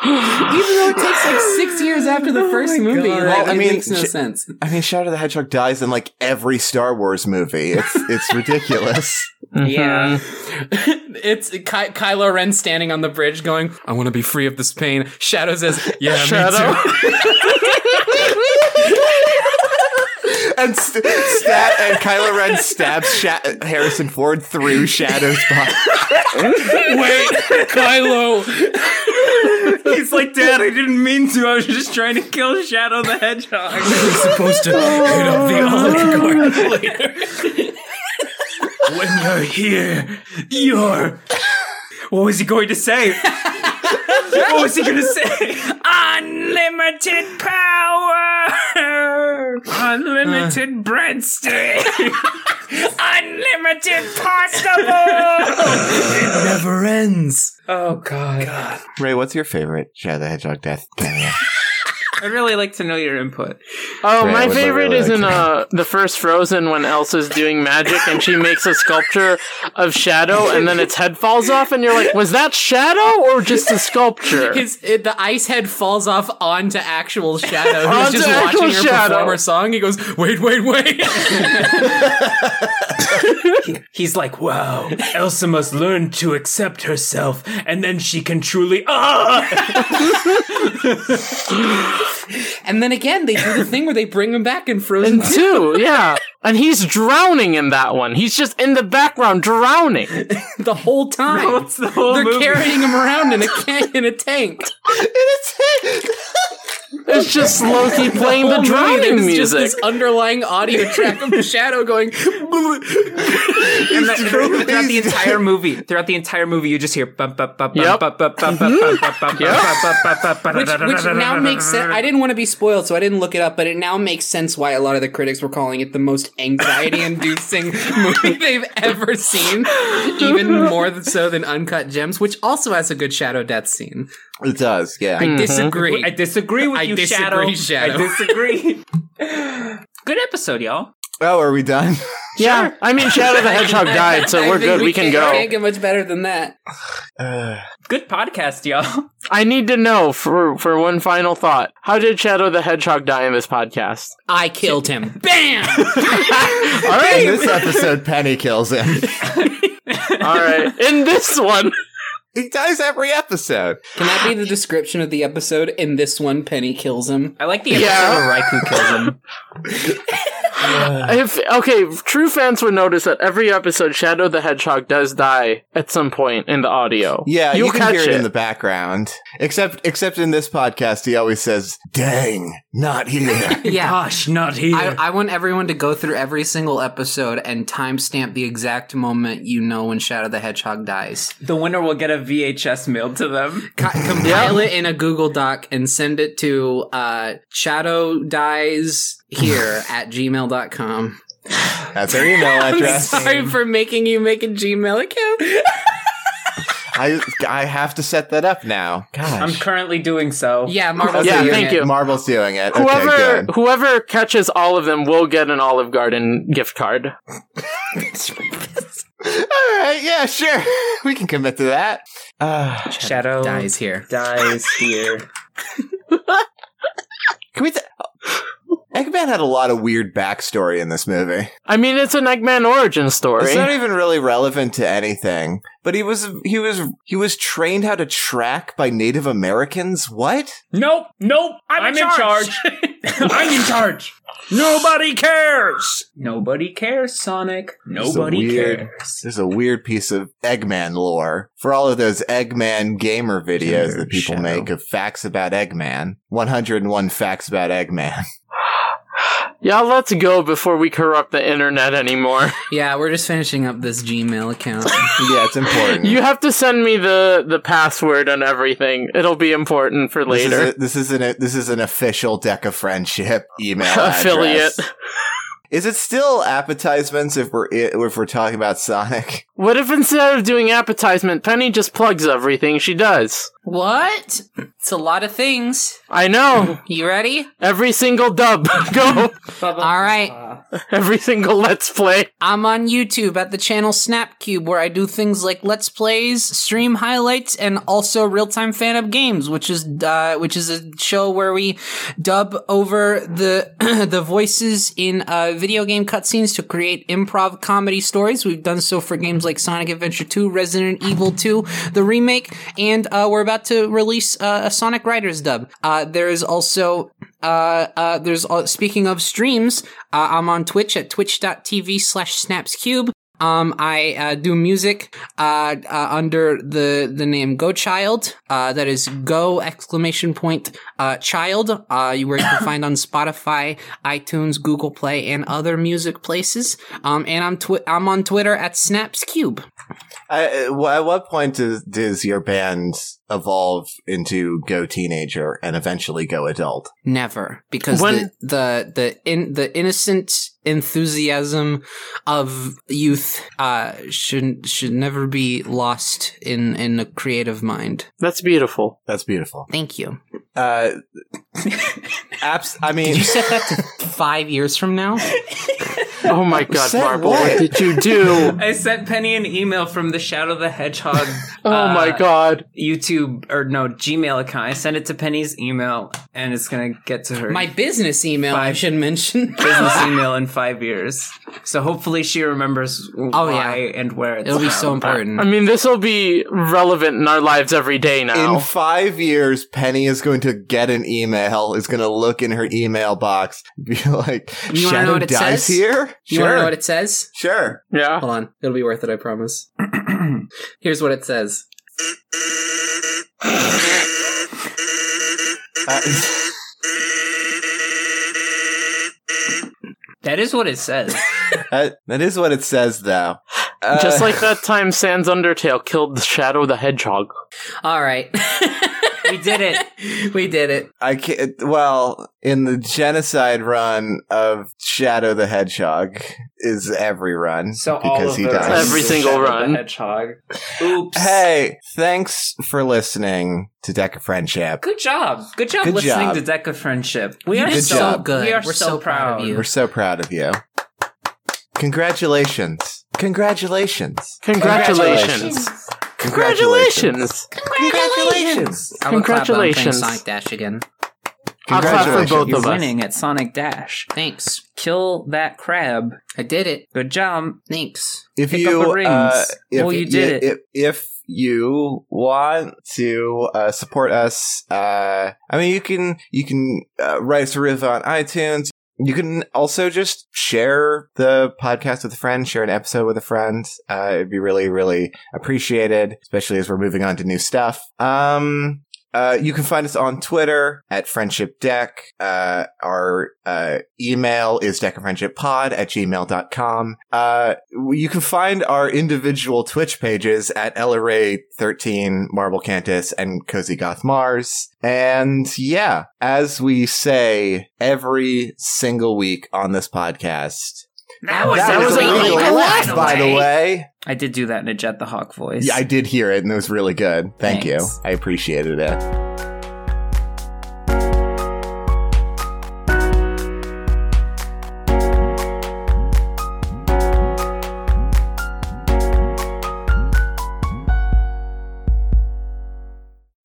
[SPEAKER 4] Even though it takes like six years after the first movie,
[SPEAKER 1] God.
[SPEAKER 4] like,
[SPEAKER 3] Well, I
[SPEAKER 4] it
[SPEAKER 3] mean,
[SPEAKER 4] makes no
[SPEAKER 3] j-
[SPEAKER 4] sense.
[SPEAKER 3] I mean, Shadow the Hedgehog dies in like every Star Wars movie. It's
[SPEAKER 4] <laughs>
[SPEAKER 3] it's ridiculous.
[SPEAKER 1] Yeah.
[SPEAKER 4] <laughs> it's Ky- Kylo Ren standing on the bridge, going, "I want to be free of this pain." Shadow says, "Yeah,
[SPEAKER 2] Shadow.
[SPEAKER 4] me too."
[SPEAKER 3] and st- stab and Kylo Ren stabs Sha- Harrison Ford through Shadow's body.
[SPEAKER 4] <laughs> Wait, Kylo,
[SPEAKER 1] He's like, Dad, I didn't mean to. I was just trying to kill Shadow the Hedgehog. <laughs>
[SPEAKER 4] You're supposed to hit up the oligarch later.
[SPEAKER 1] when you're here, you're. What was he going to say? what was he going to say? Unlimited power! Unlimited breadstick! Unlimited pasta
[SPEAKER 4] Never ends.
[SPEAKER 1] Oh, God. God.
[SPEAKER 3] Ray, what's your favorite Shadow the Hedgehog death
[SPEAKER 4] <laughs>
[SPEAKER 3] cameo?
[SPEAKER 1] I'd really like to know your input.
[SPEAKER 2] Oh,
[SPEAKER 3] Right, I
[SPEAKER 2] my
[SPEAKER 3] would
[SPEAKER 2] favorite
[SPEAKER 3] really
[SPEAKER 2] is
[SPEAKER 3] like
[SPEAKER 2] in
[SPEAKER 3] that.
[SPEAKER 2] uh, the first Frozen when Elsa's doing magic and she makes a sculpture of Shadow and then its head falls off and you're like, was that Shadow or just a sculpture?
[SPEAKER 4] <laughs> His it, the ice head falls off onto actual Shadow. He's
[SPEAKER 2] Onto
[SPEAKER 4] just
[SPEAKER 2] actual
[SPEAKER 4] watching her
[SPEAKER 2] Shadow.
[SPEAKER 4] perform her song. He goes, "Wait, wait, wait."
[SPEAKER 1] He's like, wow, Elsa must learn to accept herself, and then she can truly. Ah!
[SPEAKER 4] and then again, they do the thing where they bring him back in Frozen.
[SPEAKER 2] And two, yeah. And he's drowning in that one. He's just in the background drowning.
[SPEAKER 4] the whole time.
[SPEAKER 1] It's the whole
[SPEAKER 4] They're
[SPEAKER 1] movie.
[SPEAKER 4] carrying him around in a can in a tank.
[SPEAKER 3] And it's-
[SPEAKER 2] It's just
[SPEAKER 4] <laughs>
[SPEAKER 2] Loki playing the
[SPEAKER 4] whole movie,
[SPEAKER 2] drowning
[SPEAKER 4] there's
[SPEAKER 2] music.
[SPEAKER 4] Oh, Just this underlying audio track of Shadow going.
[SPEAKER 1] And that, throughout the entire movie, throughout the entire movie, you just hear bum bum bum bum
[SPEAKER 2] Yep.
[SPEAKER 1] bum bum bum bum bum bum bum bum bum
[SPEAKER 4] Which,
[SPEAKER 1] bum
[SPEAKER 4] which now makes sense. I didn't want to be spoiled, so I didn't look it up, but it now makes sense why a lot of the critics were calling it the most anxiety
[SPEAKER 2] <laughs>
[SPEAKER 4] inducing movie they've ever seen. Even more than so than Uncut Gems, which also has a good Shadow Death scene.
[SPEAKER 3] It does, yeah.
[SPEAKER 2] Mm-hmm.
[SPEAKER 4] I disagree.
[SPEAKER 1] I disagree with
[SPEAKER 4] I
[SPEAKER 1] you,
[SPEAKER 4] disagree,
[SPEAKER 1] Shadow.
[SPEAKER 4] Shadow. <laughs>
[SPEAKER 1] I disagree. Good episode, y'all.
[SPEAKER 3] Oh, are we done? <laughs>
[SPEAKER 2] yeah, I mean Shadow the
[SPEAKER 4] <laughs>
[SPEAKER 2] Hedgehog died, so
[SPEAKER 4] I
[SPEAKER 2] we're
[SPEAKER 4] think
[SPEAKER 2] good. We can
[SPEAKER 4] can't- <laughs>
[SPEAKER 2] go.
[SPEAKER 4] can't get much better than that.
[SPEAKER 1] Good podcast, y'all.
[SPEAKER 2] I need to know for for one final thought. How did Shadow the Hedgehog die in this podcast?
[SPEAKER 4] I
[SPEAKER 2] <laughs>
[SPEAKER 4] killed him. Bam!
[SPEAKER 2] All
[SPEAKER 3] In
[SPEAKER 2] right,
[SPEAKER 3] this episode, Penny kills him. <laughs>
[SPEAKER 2] all
[SPEAKER 4] <laughs>
[SPEAKER 2] right. In this one,
[SPEAKER 3] he dies every episode.
[SPEAKER 4] Can that be the description of the episode? In this one, Penny kills him.
[SPEAKER 1] I like the episode where Raikou kills him.
[SPEAKER 2] if okay, true fans would notice that every episode Shadow the Hedgehog does die at some point in the audio.
[SPEAKER 3] Yeah,
[SPEAKER 2] You'll
[SPEAKER 3] you can
[SPEAKER 2] catch
[SPEAKER 3] hear it, in the background. Except, except in this podcast, he always says, "Dang,
[SPEAKER 2] <laughs>
[SPEAKER 3] not here."
[SPEAKER 4] <laughs> Yeah.
[SPEAKER 1] Gosh, not here.
[SPEAKER 4] I, I want everyone to go through every single episode and timestamp the exact moment you know when Shadow the Hedgehog dies.
[SPEAKER 1] the winner will get a VHS mailed to them.
[SPEAKER 4] <laughs> Co- compile it in a Google Doc and send it to uh, shadow dies <laughs> here at gmail.com.
[SPEAKER 3] That's our email address.
[SPEAKER 4] <laughs> Sorry for making you make a Gmail <laughs> account.
[SPEAKER 3] I, I have to set that up now.
[SPEAKER 1] I'm
[SPEAKER 3] Gosh.
[SPEAKER 1] currently doing so.
[SPEAKER 4] yeah, Marvel.
[SPEAKER 2] Yeah,
[SPEAKER 4] doing
[SPEAKER 2] thank
[SPEAKER 4] it.
[SPEAKER 2] you.
[SPEAKER 3] Marble's doing it.
[SPEAKER 2] Whoever
[SPEAKER 3] okay,
[SPEAKER 2] <laughs>
[SPEAKER 3] good.
[SPEAKER 2] whoever catches all of them will get an Olive Garden gift card.
[SPEAKER 3] All right, yeah, sure. <laughs> We can commit to that. Uh,
[SPEAKER 1] Shadow
[SPEAKER 4] Dies here. <laughs>
[SPEAKER 1] dies here.
[SPEAKER 3] can we? T- Eggman had a lot of weird backstory in this movie.
[SPEAKER 2] I mean, it's an Eggman origin story.
[SPEAKER 3] It's not even really relevant to anything. But he was he was he was trained how to track by Native Americans. What?
[SPEAKER 1] Nope, nope. I'm, in, charge.
[SPEAKER 4] <laughs>
[SPEAKER 1] I'm in charge. Nobody cares. Nobody cares, Sonic. Nobody
[SPEAKER 3] weird-
[SPEAKER 1] cares.
[SPEAKER 3] There's a weird piece of Eggman lore for all of those Eggman gamer videos that people
[SPEAKER 4] Shadow.
[SPEAKER 3] make of facts about Eggman. 101 facts about Eggman. <laughs>
[SPEAKER 2] yeah, let's go before we corrupt the internet anymore. <laughs>
[SPEAKER 4] Yeah, we're just finishing up this Gmail account.
[SPEAKER 3] yeah, it's important.
[SPEAKER 2] you have to send me the the password and everything. It'll be important for
[SPEAKER 3] This is
[SPEAKER 2] later.
[SPEAKER 3] a- This is, an this is an official deck of friendship email
[SPEAKER 2] <laughs>
[SPEAKER 3] address.
[SPEAKER 2] Affiliate.
[SPEAKER 3] Is it still appetisements if we're if we're talking about Sonic?
[SPEAKER 2] What if instead of doing appetizement, Penny just plugs everything she does?
[SPEAKER 4] <laughs> what? It's a lot of things.
[SPEAKER 2] I
[SPEAKER 3] <laughs>
[SPEAKER 2] know.
[SPEAKER 4] You ready?
[SPEAKER 2] Every single dub. <laughs> go.
[SPEAKER 4] All right.
[SPEAKER 2] Every single let's play.
[SPEAKER 4] I'm on YouTube at the channel SnapCube where I do things like let's plays, stream highlights, and also real-time fan of games, which is uh, which is a show where we dub over the <clears throat> the voices in uh, video game cutscenes to create improv comedy stories. We've done so for games like Sonic Adventure 2, Resident Evil 2, the remake, and uh, we're about to release uh, a Sonic Riders dub. Uh, there is also uh, uh, there's uh, speaking of streams, uh, I'm on Twitch at twitch.tv slash snapscube. Um, I uh, do music uh, uh, under the the name Go Child. Uh, that is Go exclamation point uh, Child. Uh, you where you can <coughs> find on Spotify, iTunes, Google Play, and other music places. Um, and I'm twi- I'm on Twitter at snapscube.
[SPEAKER 3] I, uh, well, at what point does does your band evolve into go teenager and eventually go adult?
[SPEAKER 4] Never, because
[SPEAKER 2] When-
[SPEAKER 4] the the the in the innocent enthusiasm of youth uh, should should never be lost in in a creative mind.
[SPEAKER 2] That's beautiful.
[SPEAKER 3] That's beautiful.
[SPEAKER 4] Thank <laughs> you.
[SPEAKER 3] Uh, abs- I mean,
[SPEAKER 4] You set that to five years from now.
[SPEAKER 2] Oh my god,
[SPEAKER 3] Said
[SPEAKER 2] Marble,
[SPEAKER 3] what?
[SPEAKER 2] what did you
[SPEAKER 3] <laughs>
[SPEAKER 2] do?
[SPEAKER 1] I sent Penny an email from the Shadow the Hedgehog
[SPEAKER 2] Oh my god.
[SPEAKER 1] YouTube or no Gmail account. I sent it to Penny's email, and it's gonna get to her
[SPEAKER 4] My business email. I should <laughs> mention.
[SPEAKER 1] business email in five years. So hopefully she remembers
[SPEAKER 4] yeah.
[SPEAKER 1] why and where it's
[SPEAKER 4] It'll be so
[SPEAKER 1] from.
[SPEAKER 4] important.
[SPEAKER 2] I mean, this will be relevant in our lives every day now.
[SPEAKER 3] in five years, Penny is going to get an email. Is going to look in her email box, <laughs> be like,
[SPEAKER 4] You wanna know
[SPEAKER 3] "Shadow
[SPEAKER 4] what it
[SPEAKER 3] dies
[SPEAKER 4] says?
[SPEAKER 3] here."
[SPEAKER 4] you want to know what it says?
[SPEAKER 3] sure.
[SPEAKER 2] yeah.
[SPEAKER 4] Hold on, it'll be worth it. I <clears throat> promise. Here's what it says.
[SPEAKER 3] Uh,
[SPEAKER 1] That is what it says.
[SPEAKER 3] That- Uh, <laughs> that is what it says, though. Uh,
[SPEAKER 2] Just like that time Sans Undertale killed the Shadow the Hedgehog.
[SPEAKER 4] All right.
[SPEAKER 1] We did
[SPEAKER 4] it. <laughs> We did it.
[SPEAKER 3] I can't. Well, in the genocide run of Shadow the Hedgehog is every run
[SPEAKER 1] So all
[SPEAKER 3] because
[SPEAKER 1] of
[SPEAKER 3] he
[SPEAKER 1] those-
[SPEAKER 3] dies.
[SPEAKER 2] Every single
[SPEAKER 1] Shadow the
[SPEAKER 2] run.
[SPEAKER 1] Hedgehog. Oops.
[SPEAKER 3] Hey, thanks for listening to Deck of Friendship.
[SPEAKER 1] Good job. Good job
[SPEAKER 3] Good
[SPEAKER 1] listening
[SPEAKER 3] job.
[SPEAKER 1] to Deca Friendship. We
[SPEAKER 4] You
[SPEAKER 1] are
[SPEAKER 4] did
[SPEAKER 1] so
[SPEAKER 3] job.
[SPEAKER 1] good. We are
[SPEAKER 4] We're
[SPEAKER 1] so,
[SPEAKER 4] so
[SPEAKER 1] proud.
[SPEAKER 4] proud of you.
[SPEAKER 3] We're so proud of you. Congratulations. Congratulations.
[SPEAKER 2] Congratulations. Congratulations.
[SPEAKER 3] Congratulations.
[SPEAKER 4] I would clap, but I'm playing
[SPEAKER 2] Congratulations.
[SPEAKER 4] Sonic Dash again.
[SPEAKER 2] I'll clap for
[SPEAKER 3] Congratulations.
[SPEAKER 2] both
[SPEAKER 1] You're
[SPEAKER 2] of us.
[SPEAKER 1] winning at Sonic Dash.
[SPEAKER 4] Thanks.
[SPEAKER 1] Kill that crab.
[SPEAKER 4] I did it.
[SPEAKER 1] Good job.
[SPEAKER 4] Thanks.
[SPEAKER 3] If
[SPEAKER 1] Pick up
[SPEAKER 3] you,
[SPEAKER 1] the rings.
[SPEAKER 3] uh, if
[SPEAKER 1] Well, you did
[SPEAKER 3] If, if you want to uh, support us, uh, I mean, you can you can uh, write us a riff on iTunes. You can also just share the podcast with a friend, share an episode with a friend. Uh, it'd be really, really appreciated, especially as we're moving on to new stuff. Um, uh, you can find us on Twitter at Friendship Deck. Uh, our uh, email is deckandfriendshippod at gmail.com. Uh, you can find our individual Twitch pages at LRA13, Marble Cantus, and Cozy Goth Mars. And yeah, as we say every single week on this podcast,
[SPEAKER 1] Oh, That was,
[SPEAKER 3] that, was,
[SPEAKER 1] a
[SPEAKER 3] illegal,
[SPEAKER 1] legal
[SPEAKER 3] laugh,
[SPEAKER 1] laugh,
[SPEAKER 3] by the way.
[SPEAKER 1] I did do that in a Jet the Hawk voice.
[SPEAKER 3] Yeah, I did hear it, and it was really good. Thank
[SPEAKER 1] Thanks.
[SPEAKER 3] you. I appreciated it.